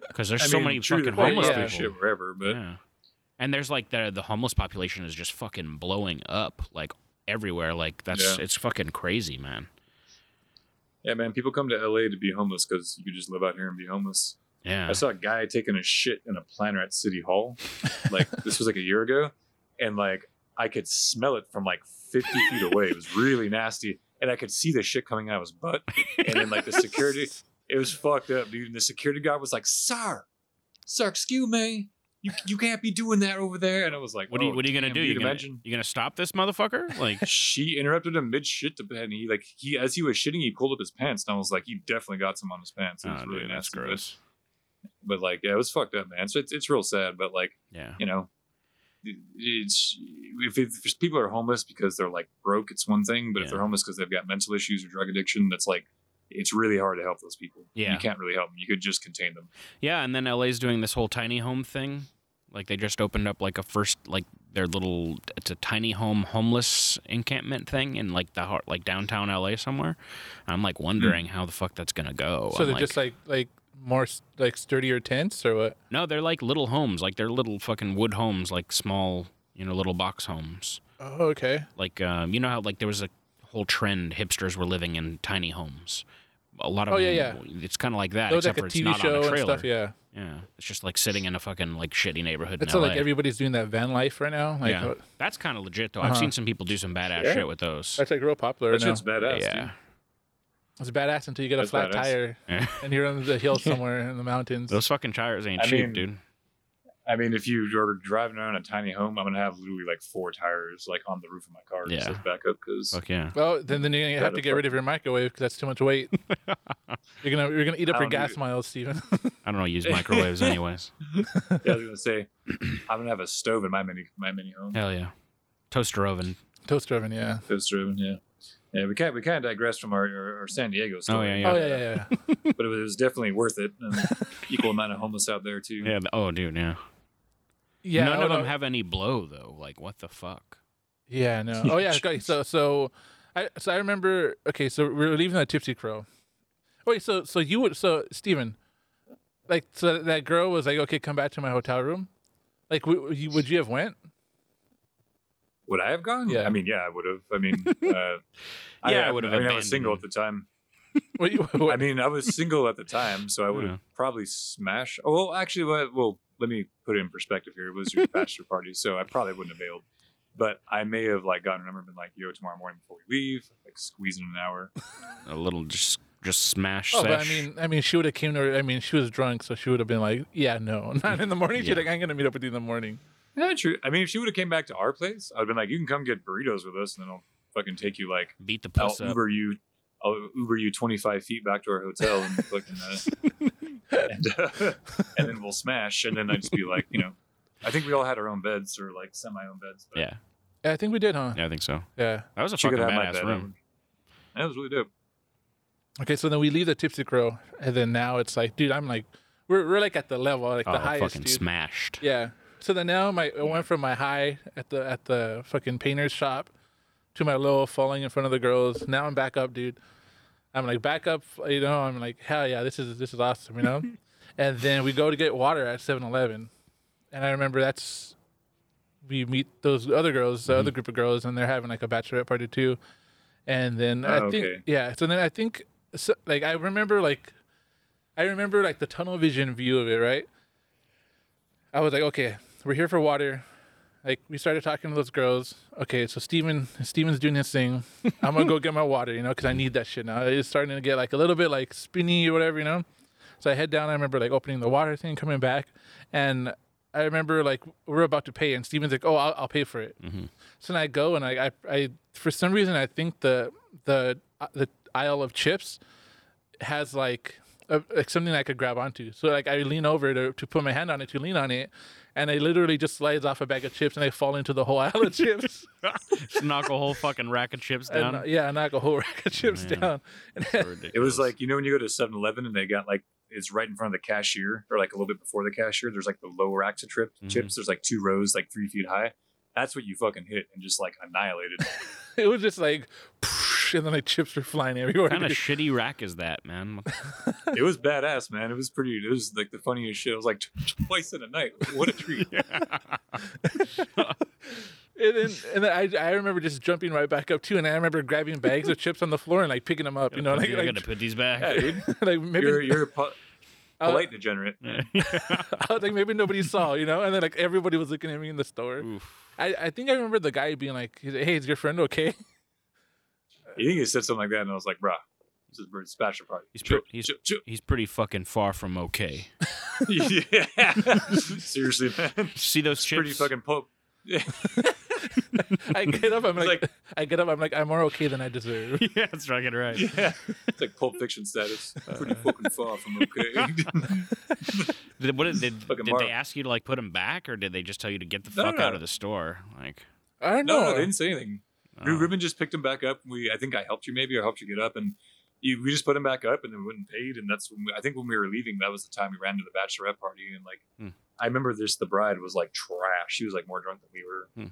Speaker 2: Because there's
Speaker 3: I
Speaker 2: so
Speaker 3: mean,
Speaker 2: many
Speaker 3: true,
Speaker 2: fucking
Speaker 3: they probably
Speaker 2: homeless
Speaker 3: do
Speaker 1: yeah.
Speaker 2: people.
Speaker 3: Shit wherever, but
Speaker 2: Yeah. And there's like the the homeless population is just fucking blowing up like everywhere. Like that's
Speaker 3: Yeah.
Speaker 2: it's fucking crazy, man.
Speaker 3: yeah, man, people come to LA to be homeless because you could just live out here and be homeless.
Speaker 2: Yeah.
Speaker 3: I saw a guy taking a shit in a planter at City Hall.
Speaker 2: [laughs]
Speaker 3: Like this was like a year ago, and like I could smell it from like 50 feet away. It was really nasty, and I could see the shit coming out of his butt. And then like
Speaker 2: [laughs]
Speaker 3: the security, it was fucked up, dude. And the security guard was like, "Sir, sir, excuse me, you you can't be doing that over there." And I was like,
Speaker 2: What are you
Speaker 3: "Oh,
Speaker 2: what are you gonna
Speaker 3: damn,
Speaker 2: do?
Speaker 3: dude,
Speaker 2: You gonna,
Speaker 3: imagine."
Speaker 2: you gonna stop this motherfucker? Like
Speaker 3: [laughs] She interrupted him mid shit, and he like he as he was shitting, he pulled up his pants, and I was like, "You definitely got some on his pants." It was
Speaker 2: oh,
Speaker 3: really
Speaker 2: dude, that's
Speaker 3: nasty, but-
Speaker 2: gross.
Speaker 3: but like yeah, it was fucked up, man. So it's it's real sad, but like
Speaker 2: Yeah.
Speaker 3: you know, it- it's if, if there's people are homeless because they're like broke, it's one thing, but if
Speaker 2: Yeah.
Speaker 3: they're homeless because they've got mental issues or drug addiction, that's like it's really hard to help those people.
Speaker 2: Yeah.
Speaker 3: you can't really help them. You could just contain them.
Speaker 2: Yeah, and then LA's doing this whole tiny home thing. Like they just opened up like a first like their little it's a tiny home homeless encampment thing in like the heart like downtown LA somewhere. I'm like wondering how the fuck that's gonna go.
Speaker 1: Hmm. so
Speaker 2: Oh, I'm
Speaker 1: they're
Speaker 2: like,
Speaker 1: just like like more s- like sturdier tents or what?
Speaker 2: no, they're like little homes, like they're little fucking wood homes, like small you know little box homes.
Speaker 1: Oh, okay.
Speaker 2: Like um, you know how like there was a whole trend hipsters were living in tiny homes. A lot of
Speaker 1: Oh, yeah,
Speaker 2: them- It's kind of like that,
Speaker 1: That was like
Speaker 2: except
Speaker 1: a
Speaker 2: for it's
Speaker 1: TV
Speaker 2: not
Speaker 1: show
Speaker 2: on a
Speaker 1: and
Speaker 2: trailer.
Speaker 1: stuff. Yeah,
Speaker 2: yeah, it's just like sitting in a fucking like shitty neighborhood.
Speaker 1: it's
Speaker 2: in
Speaker 1: all
Speaker 2: LA.
Speaker 1: like everybody's doing that van life right now. Like
Speaker 2: Yeah.
Speaker 1: uh,
Speaker 2: That's kind of legit though. I've
Speaker 1: Uh-huh.
Speaker 2: seen some people do some badass
Speaker 3: Sure.
Speaker 2: shit with those.
Speaker 1: that's like real popular
Speaker 3: That
Speaker 1: now.
Speaker 3: shit's badass.
Speaker 2: yeah.
Speaker 3: dude.
Speaker 1: It's badass until you get a
Speaker 3: That's
Speaker 1: flat
Speaker 3: badass.
Speaker 1: tire
Speaker 2: Yeah.
Speaker 1: and you're on the
Speaker 2: [laughs]
Speaker 1: hill somewhere in the mountains.
Speaker 2: Those fucking tires ain't
Speaker 3: I
Speaker 2: cheap,
Speaker 3: mean- [laughs]
Speaker 2: dude.
Speaker 3: I mean, if you are driving around a tiny home, I'm gonna have literally like four tires like on the roof of my car
Speaker 2: Yeah.
Speaker 3: yeah. to back up because
Speaker 2: Fuck yeah.
Speaker 1: Well, then then you have
Speaker 3: Gotta
Speaker 1: to get rid of your microwave because that's too much
Speaker 2: [laughs]
Speaker 1: weight. you're gonna you're gonna eat up
Speaker 3: I
Speaker 1: your
Speaker 3: don't
Speaker 1: gas
Speaker 3: need it.
Speaker 1: miles, Steven. [laughs]
Speaker 2: I don't know, use
Speaker 3: [laughs]
Speaker 2: microwaves anyways.
Speaker 3: yeah, I was gonna say I'm gonna have a stove in my mini my mini home.
Speaker 2: Hell yeah. Toaster oven.
Speaker 1: Toaster oven, yeah.
Speaker 3: That's driven, yeah. Yeah, we kind we kind of digress from our, our, our San Diego story.
Speaker 2: yeah, yeah.
Speaker 1: Oh yeah,
Speaker 2: [laughs]
Speaker 1: yeah, yeah.
Speaker 3: but it was, it was definitely worth it. And equal amount of homeless out there too.
Speaker 2: Yeah. th- Oh, dude. Yeah.
Speaker 1: yeah
Speaker 2: None
Speaker 1: oh,
Speaker 2: of them
Speaker 1: no.
Speaker 2: have any blow though. Like, what the fuck?
Speaker 1: Yeah, no. Oh yeah.
Speaker 2: [laughs]
Speaker 1: okay, So so I so I remember. Okay, so we we're leaving the Tipsy Crow. Oh, Wait, so so you would so Steven, like so that girl was like, okay, come back to my hotel room. Like, would you, would you have went? [laughs]
Speaker 3: Would I have gone?
Speaker 1: Yeah.
Speaker 3: I mean, yeah, I would have. I mean, uh, yeah,
Speaker 2: Yeah, I would have
Speaker 3: I mean, I was single at the
Speaker 2: abandoned.
Speaker 3: time.
Speaker 1: Would you,
Speaker 3: I mean, I was single at the time, so I would have
Speaker 2: Yeah.
Speaker 3: probably smashed. Oh, well, actually, well, well, let me put it in perspective here. It
Speaker 2: [laughs]
Speaker 3: was your bachelor party, so I probably wouldn't have bailed. But I may have like gotten a number and been like, "Yo, tomorrow morning before we leave, like squeezing an hour."
Speaker 2: A little just just smash.
Speaker 1: oh, but I
Speaker 2: sesh.
Speaker 1: mean, I mean, she would have came to. Her, I mean, she was drunk, so she would have been like, yeah, no, [laughs] not in the morning. She's
Speaker 2: Yeah.
Speaker 1: like, I'm gonna meet up with you in the morning.
Speaker 3: Yeah, true. I mean, if she would have came back to our place, I'd have been like, "You can come get burritos with us, and then I'll fucking take you like
Speaker 2: beat the
Speaker 1: oh,
Speaker 3: I'll
Speaker 2: puss up.
Speaker 3: Uber you, I'll Uber you twenty five feet back to our hotel, and fucking, uh, and, uh, and then we'll smash, and then I'd just be like, you know, I think we all had our own beds or like semi own beds. but-
Speaker 2: Yeah,
Speaker 1: Yeah, I think we did, huh?
Speaker 2: yeah, I think so.
Speaker 1: Yeah.
Speaker 2: That was a
Speaker 3: She
Speaker 2: fucking
Speaker 3: could have my
Speaker 2: badass
Speaker 3: bed.
Speaker 2: room.
Speaker 3: That was really dope.
Speaker 1: Okay, so then we leave the Tipsy Crow, and then now it's like, dude, I'm like, we're we're like at the level, like
Speaker 2: Oh,
Speaker 1: the highest.
Speaker 2: fucking
Speaker 1: dude. [laughs]
Speaker 2: smashed.
Speaker 1: Yeah. So then now my I went from my high at the at the fucking painter's shop to my low falling in front of the girls. Now I'm back up, dude. I'm like back up, you know. I'm like hell yeah, this is this is awesome, you know. and then we go to get water at 7-Eleven, and I remember that's we meet those other girls,
Speaker 3: Mm-hmm.
Speaker 1: the other group of girls, and they're having like a bachelorette party too. And then I
Speaker 3: Oh,
Speaker 1: think
Speaker 3: okay.
Speaker 1: yeah, so then I think so, like I remember like I remember like the tunnel vision view of it, right? I was like, okay, we're here for water. Like we started talking to those girls. Okay, so Steven Steven's doing his thing. I'm gonna go get my water, you know, because I need that shit now. It's starting to get like a little bit like spinny or whatever, you know. So I head down. I remember like opening the water thing, coming back, and I remember like we're about to pay, and Steven's like, "Oh, I'll, I'll pay for it."
Speaker 2: Mhm.
Speaker 1: So then I go and I, I, I, for some reason, I think the the uh, the aisle of chips has like a, like something I could grab onto. So like I lean over to, to put my hand on it to lean on it, and I literally just slides off a bag of chips and I fall into the whole aisle
Speaker 2: [laughs]
Speaker 1: of chips.
Speaker 2: Just knock a whole fucking rack of chips
Speaker 1: [laughs] And,
Speaker 2: down.
Speaker 1: uh, yeah, I knock a whole rack of chips
Speaker 2: Man.
Speaker 1: down.
Speaker 2: Ridiculous.
Speaker 3: It was like you know when you go to 7-Eleven and they got like it's right in front of the cashier or like a little bit before the cashier. There's like the low racks of trip,
Speaker 2: Mhm.
Speaker 3: chips. There's like two rows, like three feet high. That's what you fucking hit and just like annihilated.
Speaker 1: It was just like, [laughs] and then like chips were flying everywhere.
Speaker 2: What kind
Speaker 3: [laughs]
Speaker 2: of shitty rack is that, man? What the-
Speaker 3: it was badass, man. It was pretty. It was like the funniest shit. It was like twice in a night. What
Speaker 2: [laughs]
Speaker 3: a treat.
Speaker 1: And then, and then I, I remember just jumping right back up too, and I remember grabbing bags of chips on the floor and like picking them up, you know, like
Speaker 2: I
Speaker 1: like, [laughs]
Speaker 2: gotta put these back.
Speaker 3: Yeah, dude.
Speaker 1: like maybe Uh,
Speaker 3: You're you're a po-
Speaker 1: I-
Speaker 3: polite degenerate.
Speaker 2: [laughs]
Speaker 1: I was like maybe nobody saw, you know, and then like everybody was looking at me in the store.
Speaker 2: Oof.
Speaker 1: I, I think I remember the guy being like, he's like, "Hey, is your friend okay?" [laughs]
Speaker 3: You think he said something like that, and I was like, bruh, this is Bird's bachelor party.
Speaker 2: He's
Speaker 3: Chill,
Speaker 2: pre- he's-
Speaker 3: chill, chill.
Speaker 2: He's pretty fucking far from okay.
Speaker 3: [laughs] yeah. Seriously, man.
Speaker 2: See those chips?
Speaker 3: Pretty fucking pope.
Speaker 1: I get up, I'm
Speaker 3: It's
Speaker 1: like, [laughs] I get up, I'm like, I'm more okay than I
Speaker 2: [laughs]
Speaker 1: deserve.
Speaker 2: [laughs] yeah, that's fucking right.
Speaker 3: Yeah. It's like Pulp
Speaker 2: [laughs]
Speaker 3: Fiction status. Pretty fucking far from okay.
Speaker 2: Did, what did, did,
Speaker 3: Fucking
Speaker 2: did
Speaker 3: Marvel.
Speaker 2: they ask you to like put them back, or did they just tell you to get the
Speaker 3: No,
Speaker 2: fuck
Speaker 3: no,
Speaker 2: out
Speaker 3: no.
Speaker 2: of the store?
Speaker 3: [laughs]
Speaker 2: Like,
Speaker 1: I don't
Speaker 3: no,
Speaker 1: know.
Speaker 3: no, they didn't say anything.
Speaker 2: oh.
Speaker 3: Ru Ruben just picked him back up. We, I think I helped you maybe, or helped you get up, and you, we just put him back up, and then we went and paid. And that's when we, I think when we were leaving, that was the time we ran to the bachelorette party, and like
Speaker 2: Hmm.
Speaker 3: I remember this, the bride was like trash. She was like more drunk than we were.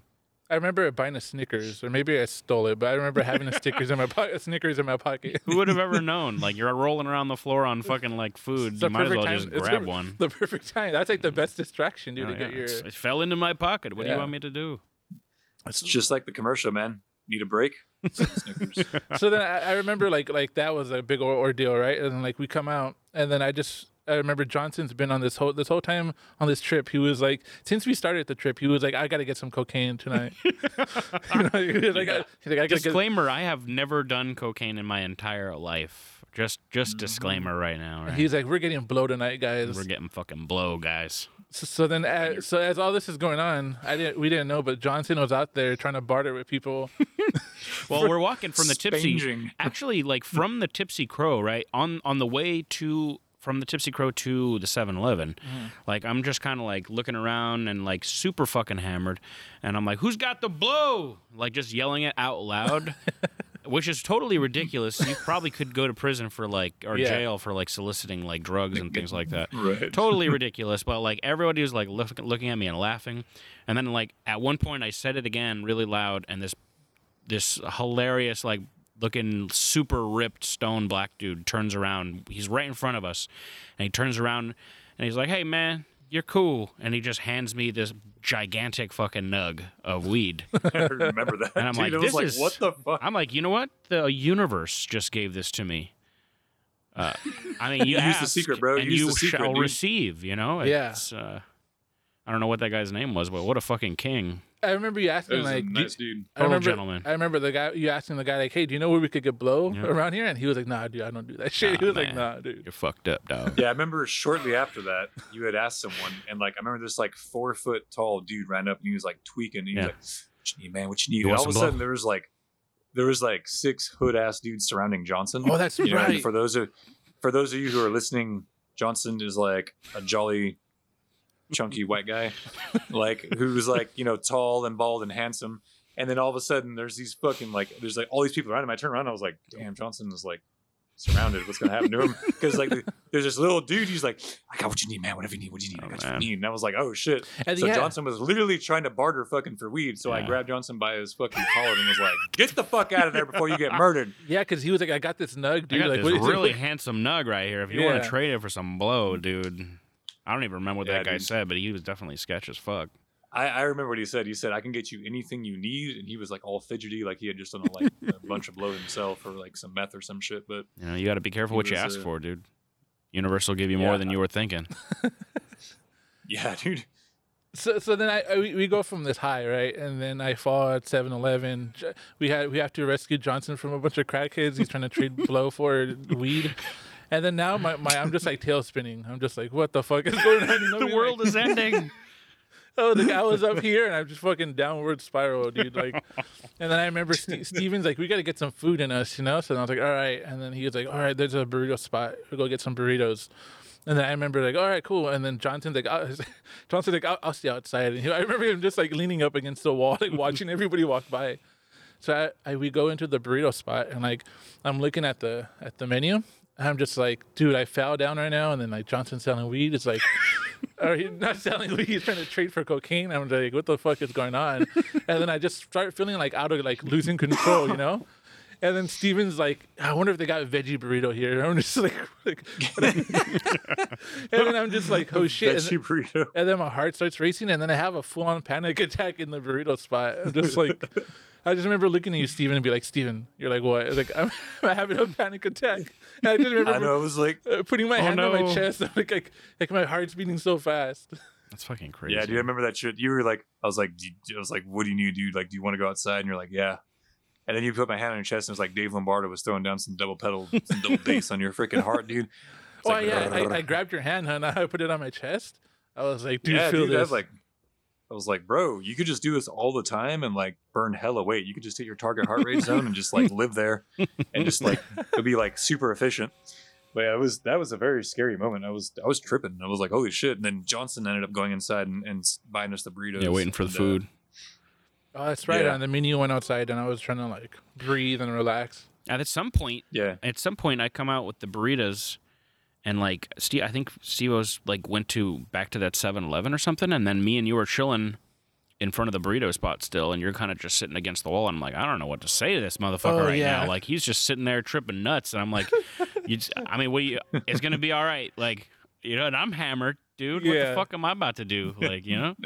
Speaker 1: I remember buying a Snickers, or maybe I stole it, but I remember having a Snickers in my pocket. Snickers in my pocket. [laughs]
Speaker 2: Who
Speaker 3: [laughs]
Speaker 2: would have ever known? Like, you're rolling around the floor on fucking like food.
Speaker 1: It's the
Speaker 2: You might as
Speaker 1: perfect
Speaker 2: well
Speaker 1: time-
Speaker 2: just
Speaker 1: it's
Speaker 2: grab
Speaker 1: the-
Speaker 3: [laughs]
Speaker 2: one.
Speaker 1: The perfect time. That's like the best distraction, dude. to
Speaker 2: Oh, yeah.
Speaker 1: get your.
Speaker 2: It's- It fell into my pocket. What do
Speaker 1: Yeah.
Speaker 2: you want me to do?
Speaker 3: It's just like the commercial, man. Need
Speaker 2: [laughs]
Speaker 3: a break? Snickers.
Speaker 1: so then I, I remember like like that was a big or- ordeal, right? And then, like we come out, and then I just I remember Johnson's been on this whole this whole time on this trip. He was like, since we started the trip, he was like, I gotta get some cocaine tonight. [laughs] you know, he was like, I, he's like, I gotta get.
Speaker 2: Disclaimer: I have never done cocaine in my entire life. Just, just
Speaker 3: Mm-hmm.
Speaker 2: disclaimer right now. Right?
Speaker 1: He's like, we're getting blow tonight, guys.
Speaker 2: We're getting fucking blow, guys.
Speaker 3: [laughs]
Speaker 1: so, so then, as, so as all this is going on, I didn't we didn't know, but Johnson was out there trying to barter with people.
Speaker 2: Well, we're walking from the tipsy.
Speaker 3: Spanging.
Speaker 2: Actually, like from the Tipsy Crow, right on on the way to from the Tipsy Crow to the 7-Eleven, like I'm just kind of like looking around and like super fucking hammered, and I'm like, "Who's got the blow?" Like just yelling it out loud. which is totally ridiculous. you probably could go to prison for like or
Speaker 1: Yeah.
Speaker 2: jail for like soliciting like drugs and things like that.
Speaker 3: [laughs] Right. [laughs]
Speaker 2: Totally ridiculous, but like everybody was like look, looking at me and laughing, and then like at one point I said it again really loud, and this this hilarious like looking super ripped stone black dude turns around. He's right in front of us, and he turns around and he's like, "Hey man." You're cool, and he just hands me this gigantic fucking nug of weed.
Speaker 3: I remember that.
Speaker 2: And I'm
Speaker 3: dude.
Speaker 2: like,
Speaker 3: It was
Speaker 2: this
Speaker 3: like,
Speaker 2: is-
Speaker 3: what the
Speaker 2: [laughs]
Speaker 3: fuck?
Speaker 2: I'm like, you know what? The universe just gave this to me. Uh, I
Speaker 3: [laughs]
Speaker 2: mean, you
Speaker 3: Use the
Speaker 2: ask
Speaker 3: secret, bro.
Speaker 2: and
Speaker 3: Use
Speaker 2: you
Speaker 3: the secret,
Speaker 2: shall
Speaker 3: dude.
Speaker 2: receive. You know,
Speaker 1: Yeah.
Speaker 2: It's, uh, I don't know what that guy's name was, but what a fucking king!
Speaker 1: I remember you
Speaker 3: It
Speaker 1: asking
Speaker 3: was
Speaker 1: like,
Speaker 3: a
Speaker 1: do-
Speaker 3: nice dude.
Speaker 1: I
Speaker 2: Total
Speaker 1: remember,
Speaker 2: gentleman.
Speaker 1: I remember the guy you asking the guy like, "Hey, do you know where we could get blow
Speaker 2: Yeah.
Speaker 1: around here?" And he was like, "Nah, dude, I don't do that shit." he
Speaker 2: Nah,
Speaker 1: was like,
Speaker 2: man.
Speaker 1: "Nah, dude."
Speaker 2: You're fucked up, dog.
Speaker 3: [laughs] Yeah, I remember shortly after that, you had asked someone, and like I remember this like four foot tall dude ran up and he was like tweaking. And he
Speaker 2: Yeah.
Speaker 3: was like, "What you need, man? What you need?"
Speaker 2: You
Speaker 3: and
Speaker 2: want
Speaker 3: all of a
Speaker 2: some blow?
Speaker 3: sudden, there was like, there was like six hood ass dudes surrounding Johnson.
Speaker 1: Oh, that's
Speaker 3: [laughs] you know, and
Speaker 1: right.
Speaker 3: for those of for those of you who are listening, Johnson is like a jolly, chunky white guy, like who's like you know tall and bald and handsome. And then all of a sudden, there's these fucking like there's like all these people around him. I turned around, and I was like, "Damn, Johnson is like surrounded. What's gonna happen
Speaker 2: [laughs]
Speaker 3: to him?" Because like there's this little dude. He's like, "I got what you need, man. Whatever you need, what you need, I
Speaker 2: Oh,
Speaker 3: got what you
Speaker 2: man.
Speaker 3: need." And I was like, "Oh shit!"
Speaker 1: And
Speaker 3: So
Speaker 1: yeah,
Speaker 3: Johnson was literally trying to barter fucking for weed. So I
Speaker 2: Yeah.
Speaker 3: grabbed Johnson by his fucking collar and was like, "Get the fuck out of there before you get murdered."
Speaker 1: yeah, because he was like, "I got this nug,
Speaker 2: I
Speaker 1: dude."
Speaker 2: got
Speaker 1: like,
Speaker 2: this
Speaker 1: what is it?
Speaker 2: really handsome nug right here. If you want
Speaker 1: Yeah.
Speaker 2: to trade it for some blow, dude. I don't even remember what
Speaker 3: Yeah,
Speaker 2: that guy
Speaker 3: dude.
Speaker 2: said, but he was definitely sketch as fuck.
Speaker 3: I, I remember what he said. He said, "I can get you anything you need," and he was like all fidgety, like he had just done a, like a
Speaker 1: [laughs]
Speaker 3: bunch of blow himself or like some meth or some shit. But [laughs]
Speaker 2: You know, you got to be careful
Speaker 3: He
Speaker 2: what you
Speaker 3: was,
Speaker 2: ask
Speaker 3: uh,
Speaker 2: for, dude. Universe will give you more
Speaker 3: Yeah.
Speaker 2: than you were
Speaker 3: [laughs]
Speaker 2: thinking.
Speaker 3: yeah,
Speaker 1: [laughs]
Speaker 3: dude,
Speaker 1: [laughs] So, so then I, I we, we go from this high, right? And then I fall at 7-Eleven. J- We had we have to rescue Johnson from a bunch of crackheads. He's trying to trade blow for weed. And then now my, my I'm just like tail spinning. I'm just like, what the fuck is going on? You know what I
Speaker 2: [laughs] the
Speaker 1: mean?
Speaker 2: world
Speaker 1: Like,
Speaker 3: [laughs]
Speaker 2: is ending.
Speaker 1: oh, the guy was up here, and I'm just fucking downward spiral, dude. Like, [laughs] and then I remember Ste Steven's like, we got to get some food in us, you know. So then I was like, all right. And then he was like, all right, there's a burrito spot. We'll go get some burritos. And then I remember like, all right, cool. And then Johnson's like, I'll, [laughs] Johnson's like, I'll, I'll stay outside. And he, I remember him just like leaning up against the wall, like watching everybody walk by. So I, I we go into the burrito spot, and like I'm looking at the at the menu. And I'm just like, dude, I fell down right now. And then like Johnson's selling weed. It's like. or he's not selling weed, he's trying to trade for cocaine. I'm like, what the fuck is going on? and then I just start feeling like out of like losing control, you know? And then Steven's like, I wonder if they got veggie burrito here. And I'm just like, [laughs] like [laughs] and then I'm just like, oh shit. And,
Speaker 3: that
Speaker 1: [laughs]
Speaker 3: cheap burrito.
Speaker 1: and then my heart starts racing, and then I have a full on panic [laughs] attack in the burrito spot. I'm just like, I just remember looking at you, Steven, and be like, Steven, you're like, what? I was like, I'm, [laughs] I'm having a panic attack. And I just remember
Speaker 3: [laughs] I know Oh, it was like,
Speaker 1: uh, putting my hand on my
Speaker 2: no.
Speaker 1: chest. [laughs] I'm like, like, like my heart's beating so fast.
Speaker 2: That's fucking crazy.
Speaker 3: yeah, dude, I remember that shit. You were like, I was like, do you- I was like, what do you need, dude? Like, do you want to go outside? And you're like, yeah. And then you put my hand on your chest, and it's like Dave Lombardo was throwing down some double pedal, some
Speaker 1: [laughs]
Speaker 3: double bass on your freaking heart, dude. It's
Speaker 1: Oh
Speaker 3: like,
Speaker 1: yeah, I,
Speaker 3: [laughs]
Speaker 1: I grabbed your hand, huh? And I put it on my chest. I was like, "Dude,
Speaker 3: yeah,
Speaker 1: feel
Speaker 3: dude, I
Speaker 1: this."
Speaker 3: was like, I was like, bro, you could just do this all the time and like burn hella weight. You could just hit your target heart rate zone and just
Speaker 2: [laughs]
Speaker 3: like live there, and just like it'd be like super efficient. But yeah, it was that was a very scary moment. I was I was tripping. I was like, holy shit! And then Johnson ended up going inside and, and buying us the burritos.
Speaker 2: Yeah, waiting for the
Speaker 3: and, uh,
Speaker 2: food.
Speaker 1: "Oh, that's right."
Speaker 3: Yeah.
Speaker 1: On the menu, went outside, and I was trying to like breathe and relax.
Speaker 2: And at some point,
Speaker 3: yeah,
Speaker 2: at some point, I come out with the burritos, and like Steve, I think Steve was like went to back to that 7-Eleven or something, and then me and you were chilling in front of the burrito spot still, and you're kind of just sitting against the wall, and I'm like, I don't know what to say to this motherfucker
Speaker 1: Oh,
Speaker 2: right
Speaker 1: yeah.
Speaker 2: now. Like he's just sitting there tripping nuts, and I'm
Speaker 3: [laughs]
Speaker 2: like, you just, I mean, what you, it's gonna be all right, like you know, and I'm hammered, dude. What
Speaker 1: Yeah.
Speaker 2: the fuck am I about to
Speaker 3: [laughs]
Speaker 2: do? Like you know.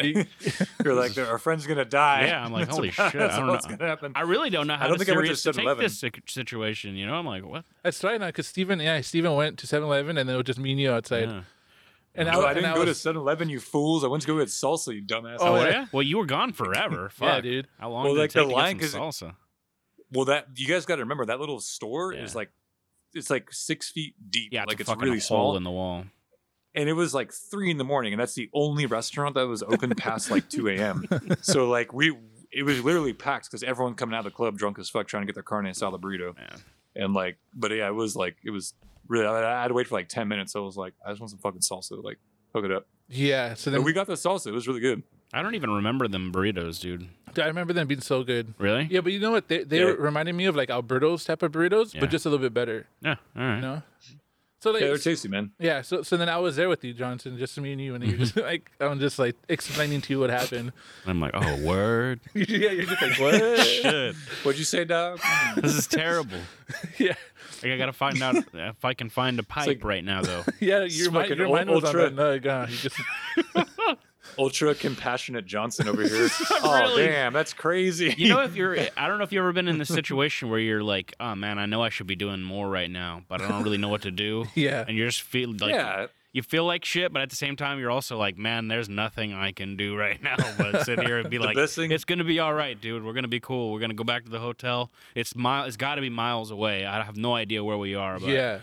Speaker 3: you're like, our friend's gonna die.
Speaker 2: Yeah, I'm like,
Speaker 3: [laughs] That's
Speaker 2: holy
Speaker 3: about-
Speaker 2: shit,
Speaker 3: That's
Speaker 2: I don't
Speaker 3: what's
Speaker 2: know.
Speaker 3: gonna happen.
Speaker 2: I really don't know how
Speaker 3: don't
Speaker 2: to
Speaker 3: think I went to
Speaker 2: seriously take
Speaker 3: 7-Eleven.
Speaker 2: this sic- situation. You know, I'm like, what?
Speaker 1: That's right now, because Steven, yeah, Steven went to 7-Eleven, and it was just me and you outside.
Speaker 2: Yeah.
Speaker 1: And
Speaker 3: No, I,
Speaker 1: and
Speaker 3: didn't go
Speaker 1: was-
Speaker 3: to 7-Eleven, you fools. I went to go get salsa, you dumbass.
Speaker 1: Oh,
Speaker 2: Oh,
Speaker 1: yeah.
Speaker 2: yeah? Well, you were gone forever.
Speaker 1: [laughs]
Speaker 2: Fuck.
Speaker 1: yeah, dude.
Speaker 2: How long
Speaker 3: Well,
Speaker 2: did
Speaker 3: like,
Speaker 2: it
Speaker 3: the
Speaker 2: take to
Speaker 3: line-
Speaker 2: get some salsa?
Speaker 3: Well, that you guys got to remember that little store
Speaker 2: Yeah.
Speaker 3: is like it's like six feet deep.
Speaker 2: Yeah,
Speaker 3: like
Speaker 2: it's,
Speaker 3: it's
Speaker 2: a fucking
Speaker 3: really
Speaker 2: hole
Speaker 3: small.
Speaker 2: in the wall.
Speaker 3: and it was like three in the morning, and that's the only restaurant that was open past like
Speaker 2: [laughs]
Speaker 3: two a.m. So like we, it was literally packed because everyone coming out of the club drunk as fuck trying to get their carne asada burrito,
Speaker 2: Yeah.
Speaker 3: and like, but yeah, it was like it was really. I, I had to wait for like ten minutes. So I was like, I just want some fucking salsa, like hook it up.
Speaker 1: yeah. So
Speaker 3: And
Speaker 1: then
Speaker 3: we got the salsa. It was really good.
Speaker 2: I don't even remember them burritos, dude.
Speaker 1: Dude, I remember them being so good.
Speaker 2: Really?
Speaker 1: Yeah, but you know what? They they
Speaker 3: Yeah.
Speaker 1: reminded me of like Alberto's type of burritos,
Speaker 2: Yeah.
Speaker 1: but just a little bit better.
Speaker 2: Yeah. All right.
Speaker 1: You know. So like
Speaker 3: They were tasty, man.
Speaker 1: Yeah, so so then I was there with you, Johnson, just me and you, and you're
Speaker 2: Mm-hmm.
Speaker 1: just [laughs] like I'm just like explaining to you what happened. [laughs]
Speaker 2: I'm like, oh,
Speaker 3: [laughs]
Speaker 2: word.
Speaker 1: yeah,
Speaker 2: [laughs]
Speaker 1: you're just like what?
Speaker 2: Shit.
Speaker 3: What'd you say, dog?
Speaker 2: This is
Speaker 3: [laughs]
Speaker 2: terrible.
Speaker 1: yeah,
Speaker 2: Like, I gotta find out if I can find a pipe
Speaker 3: like-
Speaker 2: right now,
Speaker 3: [laughs]
Speaker 2: though.
Speaker 1: yeah, your
Speaker 3: It's
Speaker 1: mind,
Speaker 3: fucking
Speaker 1: your mind
Speaker 3: ul-
Speaker 1: was on
Speaker 3: ultra.
Speaker 1: that nug. Huh? You
Speaker 2: [laughs]
Speaker 1: just
Speaker 3: Ultra compassionate Johnson over
Speaker 2: [laughs]
Speaker 3: here. oh
Speaker 2: Really?
Speaker 3: damn, that's crazy.
Speaker 2: You know,
Speaker 3: [laughs]
Speaker 2: if you're, I don't know if you've ever been in this situation where you're like, oh man, I know I should be doing more right now, but I don't really know what to
Speaker 3: [laughs]
Speaker 2: do.
Speaker 1: yeah,
Speaker 2: And you're just feel like
Speaker 3: yeah,
Speaker 2: you feel like shit, but at the same time, you're also like, man, there's nothing I can do right [laughs] now but sit here and be
Speaker 3: The
Speaker 2: like,
Speaker 3: best thing-
Speaker 2: it's gonna be all right, dude. We're gonna be cool. We're gonna go back to the hotel. It's mile. It's got to be miles away. I have no idea where we are, but
Speaker 1: yeah,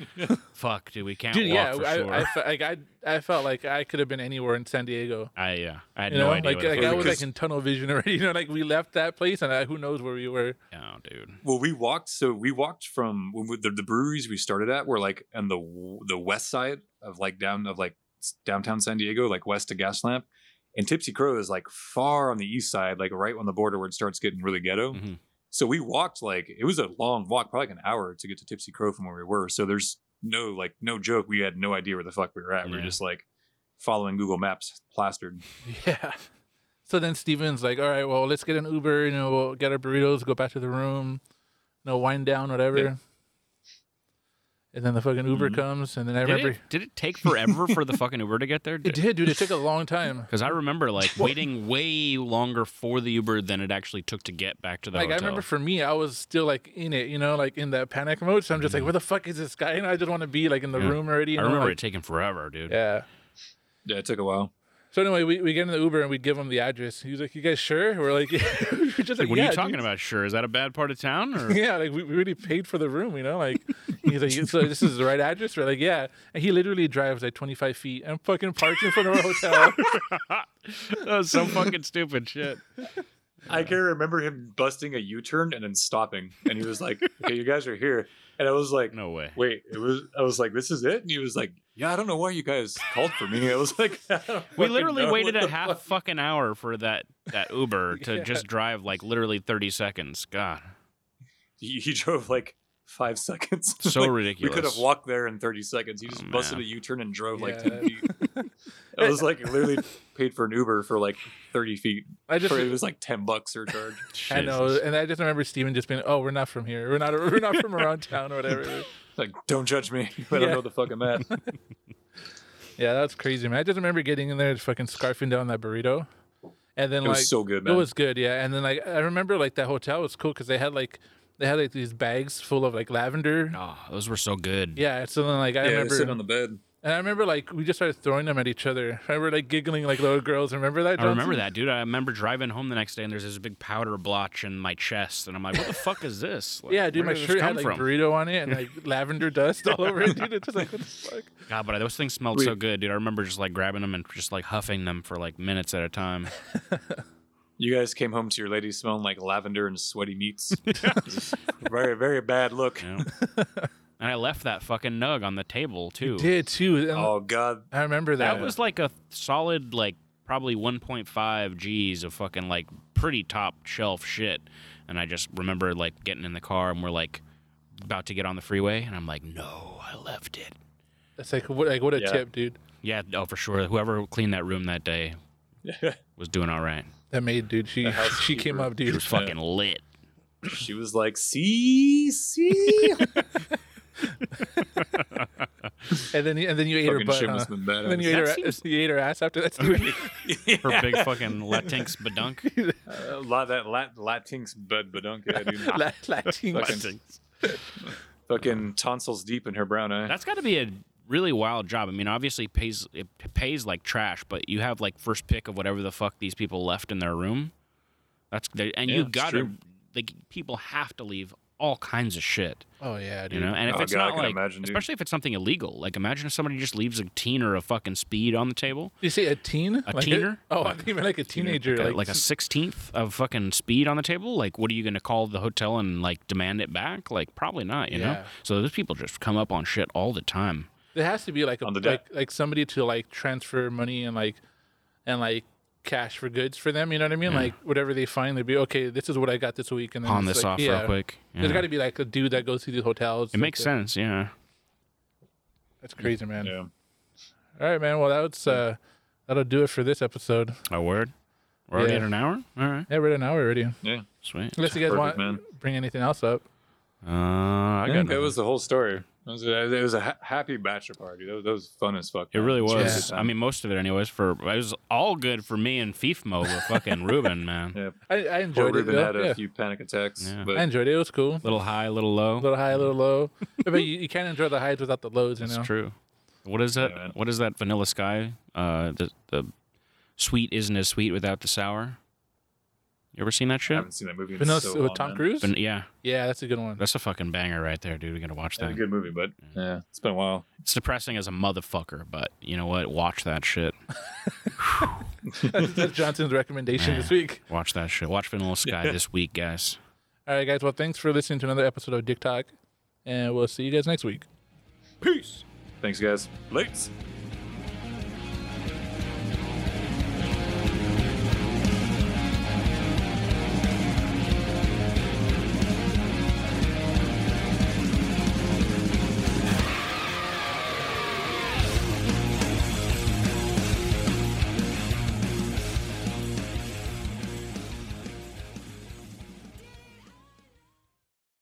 Speaker 2: fuck, dude, we can't
Speaker 1: dude,
Speaker 2: walk
Speaker 1: yeah.
Speaker 2: for
Speaker 1: I,
Speaker 2: sure.
Speaker 1: I, fe- like I I felt like I could have been anywhere in San Diego.
Speaker 2: I, yeah, I had
Speaker 1: You
Speaker 2: no
Speaker 1: know,
Speaker 2: idea.
Speaker 1: like
Speaker 2: where
Speaker 1: like
Speaker 2: the fuck
Speaker 1: I
Speaker 2: we
Speaker 1: was
Speaker 2: were.
Speaker 1: like in tunnel vision [laughs] already. You know, like we left that place and I, who knows where we were.
Speaker 2: [laughs] No, Oh, dude.
Speaker 3: Well, we walked. So we walked from when we, the, the breweries we started at were like on the w- the west side of like down of like s- downtown San Diego, like west to Gaslamp, and Tipsy Crow is like far on the east side, like right on the border where it starts getting really ghetto.
Speaker 2: Mhm.
Speaker 3: So we walked like it was a long walk, probably like an hour to get to Tipsy Crow from where we were. So there's no like no joke. We had no idea where the fuck we were at. We were
Speaker 2: Yeah.
Speaker 3: just like following Google Maps, plastered.
Speaker 1: [laughs] Yeah. So then Steven's like, all right, well, let's get an Uber. You know, we'll get our burritos, go back to the room, you know, wind down, whatever.
Speaker 3: Yeah.
Speaker 1: And then the fucking Uber
Speaker 2: Mhm.
Speaker 1: comes, and then I
Speaker 2: Did
Speaker 1: remember
Speaker 2: it, did it take forever for the fucking Uber to get there?
Speaker 1: [laughs] It did, dude. It took a long
Speaker 2: [laughs]
Speaker 1: time.
Speaker 2: Because I remember like waiting way longer for the Uber than it actually took to get back to the
Speaker 1: Like I
Speaker 2: hotel.
Speaker 1: remember for me, I was still like in it, you know, like in that panic mode. So I'm just like, where the fuck is this guy? And I just want to be like in the
Speaker 2: Mm-hmm. Yeah.
Speaker 1: room already. You
Speaker 2: I
Speaker 1: know,
Speaker 2: remember
Speaker 1: like-
Speaker 2: it taking forever, dude.
Speaker 1: Yeah.
Speaker 3: Yeah, it took a while.
Speaker 1: So anyway, we, we get in the Uber and we give him the address. He was like, "You guys sure?" We're like, [laughs] yeah. We're just
Speaker 2: Like, what
Speaker 1: yeah,
Speaker 2: are you
Speaker 1: dude."
Speaker 2: talking about? Sure, is that a bad part of town?
Speaker 1: [laughs]
Speaker 2: Or
Speaker 1: Yeah, like we, we already paid for the room, you know. Like he's like, "So this is the right address?" We're like, "Yeah." And he literally drives like 25 feet and fucking parks in front of our
Speaker 3: [laughs]
Speaker 1: hotel.
Speaker 2: [laughs] that was some fucking stupid shit.
Speaker 3: I can remember him busting a U turn and then stopping. And he was like, Okay, you guys are here. And I was like,
Speaker 2: No way.
Speaker 3: Wait, it was I was like, This is it? And he was like, Yeah, I don't know why you guys called for me. I was like, [laughs] I don't
Speaker 2: We
Speaker 3: fucking
Speaker 2: literally
Speaker 3: know
Speaker 1: [laughs]
Speaker 2: waited
Speaker 3: what
Speaker 2: a
Speaker 3: the
Speaker 2: half
Speaker 3: fuck."
Speaker 2: fucking hour for that that Uber to
Speaker 1: Yeah.
Speaker 2: just drive like literally thirty seconds.
Speaker 1: [laughs]
Speaker 2: God,
Speaker 3: He, he drove like five seconds. [laughs]
Speaker 2: so
Speaker 3: Like,
Speaker 2: ridiculous.
Speaker 3: We could have walked there in 30 seconds. He just
Speaker 2: Oh,
Speaker 3: busted
Speaker 2: man.
Speaker 3: a U turn and drove like
Speaker 1: Yeah.
Speaker 3: 10 feet. I was like, literally paid for an Uber for like 30 feet.
Speaker 1: I just,
Speaker 3: For, it was like 10 bucks surcharge.
Speaker 1: I know,
Speaker 2: Jesus.
Speaker 1: and I just remember Steven just being, "Oh, we're not from here. We're not, we're not from
Speaker 3: [laughs]
Speaker 1: around town or whatever."
Speaker 3: Like, don't judge me. [laughs] I don't
Speaker 1: Yeah.
Speaker 3: know what the fuck I'm at.
Speaker 1: Yeah, that's crazy, man. I just remember getting in there and fucking scarfing down that burrito. And then
Speaker 3: It
Speaker 1: like
Speaker 3: was so good,
Speaker 1: it
Speaker 3: man.
Speaker 1: was good, yeah. And then like I remember like that hotel was cool because they had like they had like these bags full of like lavender.
Speaker 2: Oh, those were so good.
Speaker 1: Yeah, so then like I
Speaker 3: yeah,
Speaker 1: remember
Speaker 3: sit on the bed.
Speaker 1: and I remember like we just started throwing them at each other. I remember like giggling like little girls. Remember that?
Speaker 2: I remember
Speaker 1: Johnson?
Speaker 2: that, dude. I remember driving home the next day, and there's this big powder blotch in my chest, and I'm like, "What the fuck is this?" Like,
Speaker 1: Yeah, dude, my
Speaker 2: where did this
Speaker 1: shirt
Speaker 2: come
Speaker 1: had like
Speaker 2: from?
Speaker 1: burrito on it and
Speaker 2: [laughs]
Speaker 1: like lavender dust all over it, dude. It's just like what the fuck?
Speaker 2: God, but those things smelled
Speaker 3: We-
Speaker 2: so good, dude. I remember just like grabbing them and just like huffing them for like minutes at a time.
Speaker 3: You guys came home to your lady smelling like lavender and
Speaker 2: [laughs]
Speaker 3: sweaty meats. [laughs] very, very bad look.
Speaker 1: [laughs]
Speaker 2: you know? and I left that fucking nug on the table too.
Speaker 1: Did too. And
Speaker 3: Oh [laughs] God,
Speaker 1: I remember that.
Speaker 2: That was like a solid, like probably 1.5 G's of fucking like pretty top shelf shit. And I just remember like getting in the car and we're like about to get on the freeway, and I'm like, "No, I left it."
Speaker 1: that's like what like what a
Speaker 3: Yeah.
Speaker 1: tip, dude.
Speaker 2: Yeah, oh for sure. Whoever cleaned that room that day was doing all right.
Speaker 1: That maid, dude. She
Speaker 3: The
Speaker 1: she came
Speaker 3: housekeeper.
Speaker 1: up,
Speaker 2: It
Speaker 1: dude.
Speaker 2: was fucking lit.
Speaker 3: she was like,
Speaker 2: [laughs]
Speaker 3: "See, see."
Speaker 1: And then and then you ate her
Speaker 3: Fucking
Speaker 1: butt.
Speaker 3: shit
Speaker 1: huh?
Speaker 3: must have been bad.
Speaker 1: And then you ate, her,
Speaker 2: That seems-
Speaker 1: you ate her ass after that.
Speaker 2: [laughs]
Speaker 1: Steven.
Speaker 2: Her
Speaker 3: [laughs]
Speaker 2: [laughs] big fucking Latinx badunk.
Speaker 3: Uh, a lot of that lat latinx bud badunk, yeah, dude.
Speaker 1: La- Latinx.
Speaker 3: [laughs] Fucking- [laughs] Fucking tonsils deep in her brown eye.
Speaker 2: That's got to be a really wild job. I mean, obviously it pays it pays like trash, but you have like first pick of whatever the fuck these people left in their room. That's they, and
Speaker 3: Yeah,
Speaker 2: you
Speaker 3: it's
Speaker 2: got to
Speaker 3: true.
Speaker 2: like people have to leave all kinds of shit,
Speaker 1: Oh yeah,
Speaker 2: you
Speaker 1: dude.
Speaker 2: know. And if
Speaker 3: Oh,
Speaker 2: it's
Speaker 3: God, I
Speaker 2: not
Speaker 3: can
Speaker 2: like,
Speaker 3: imagine, dude.
Speaker 2: especially if it's something illegal, like imagine if somebody just leaves a teen or a fucking speed on the table,
Speaker 1: You say a teen?
Speaker 2: A
Speaker 1: like
Speaker 2: teener?
Speaker 1: oh, I think even like a teenager,
Speaker 2: like,
Speaker 1: like,
Speaker 2: a, like a sixteenth of fucking speed on the table. Like, what are you gonna call the hotel and like demand it back? Like, probably not, you know.
Speaker 1: Yeah.
Speaker 2: So those people just come up on shit all the time.
Speaker 1: there has to be like a
Speaker 3: On the
Speaker 1: like
Speaker 3: deck.
Speaker 1: like somebody to like transfer money and like and like cash for goods for them. You know what I mean?
Speaker 2: Yeah.
Speaker 1: Like whatever they find, they'd be okay. This is what I got this week, and then
Speaker 2: Pawn
Speaker 1: it's
Speaker 2: this
Speaker 1: like,
Speaker 2: off
Speaker 1: yeah.
Speaker 2: real quick.
Speaker 1: There's
Speaker 2: Yeah.
Speaker 1: got to be like a dude that goes to these hotels.
Speaker 2: it makes sense. Yeah.
Speaker 1: That's crazy, man.
Speaker 3: Yeah.
Speaker 1: All right, man. Well, that's uh, that'll do it for this episode.
Speaker 2: A word. We're already
Speaker 1: Yeah.
Speaker 2: at an hour. All right.
Speaker 1: Yeah, we're at an hour already.
Speaker 2: Sweet.
Speaker 1: Unless you guys
Speaker 3: Perfect,
Speaker 1: want
Speaker 3: man.
Speaker 1: bring anything else up.
Speaker 2: Uh, I
Speaker 3: Yeah,
Speaker 2: got
Speaker 3: That
Speaker 2: nothing.
Speaker 3: was the whole story. It was a, it was a ha- happy bachelor party. That was, that was fun as fuck.
Speaker 2: It really
Speaker 3: man.
Speaker 1: Yeah.
Speaker 2: was. I mean, most of it, anyways. For it was all good for me and FIFA
Speaker 1: [laughs]
Speaker 2: mode with fucking Ruben, man.
Speaker 3: Yeah.
Speaker 1: I, I
Speaker 3: Poor
Speaker 1: enjoyed it.
Speaker 3: Ruben
Speaker 1: Though.
Speaker 3: had a
Speaker 1: yeah.
Speaker 3: few panic attacks,
Speaker 2: Yeah.
Speaker 1: I
Speaker 3: but
Speaker 1: enjoyed it. It was cool.
Speaker 2: Little high, little low.
Speaker 1: A little high, a little
Speaker 3: [laughs]
Speaker 1: low. but you, you can't enjoy the highs without the lows, you
Speaker 2: That's
Speaker 1: know.
Speaker 2: true. What is that?
Speaker 3: Yeah, man.
Speaker 2: what is that Vanilla Sky? Uh, the the sweet isn't as sweet without the sour. You ever seen that
Speaker 3: I
Speaker 2: shit?
Speaker 3: haven't seen that movie. In
Speaker 1: Vanilla
Speaker 3: so
Speaker 1: with
Speaker 3: long,
Speaker 1: Tom
Speaker 3: man.
Speaker 1: Cruise?
Speaker 2: Van- yeah,
Speaker 1: yeah, that's a good one.
Speaker 2: that's a fucking banger right there, dude. We gotta watch
Speaker 3: It's a
Speaker 2: that.
Speaker 3: good movie, but yeah, it's been a while.
Speaker 2: It's depressing as a motherfucker, but you know what? Watch that shit.
Speaker 1: that's, that's Johnson's recommendation this week.
Speaker 2: Watch that shit. Watch Vanilla
Speaker 1: [laughs]
Speaker 2: Sky this week, guys.
Speaker 1: All right, guys. Well, thanks for listening to another episode of Dick Talk, and we'll see you guys next week.
Speaker 3: Thanks, guys. Lates.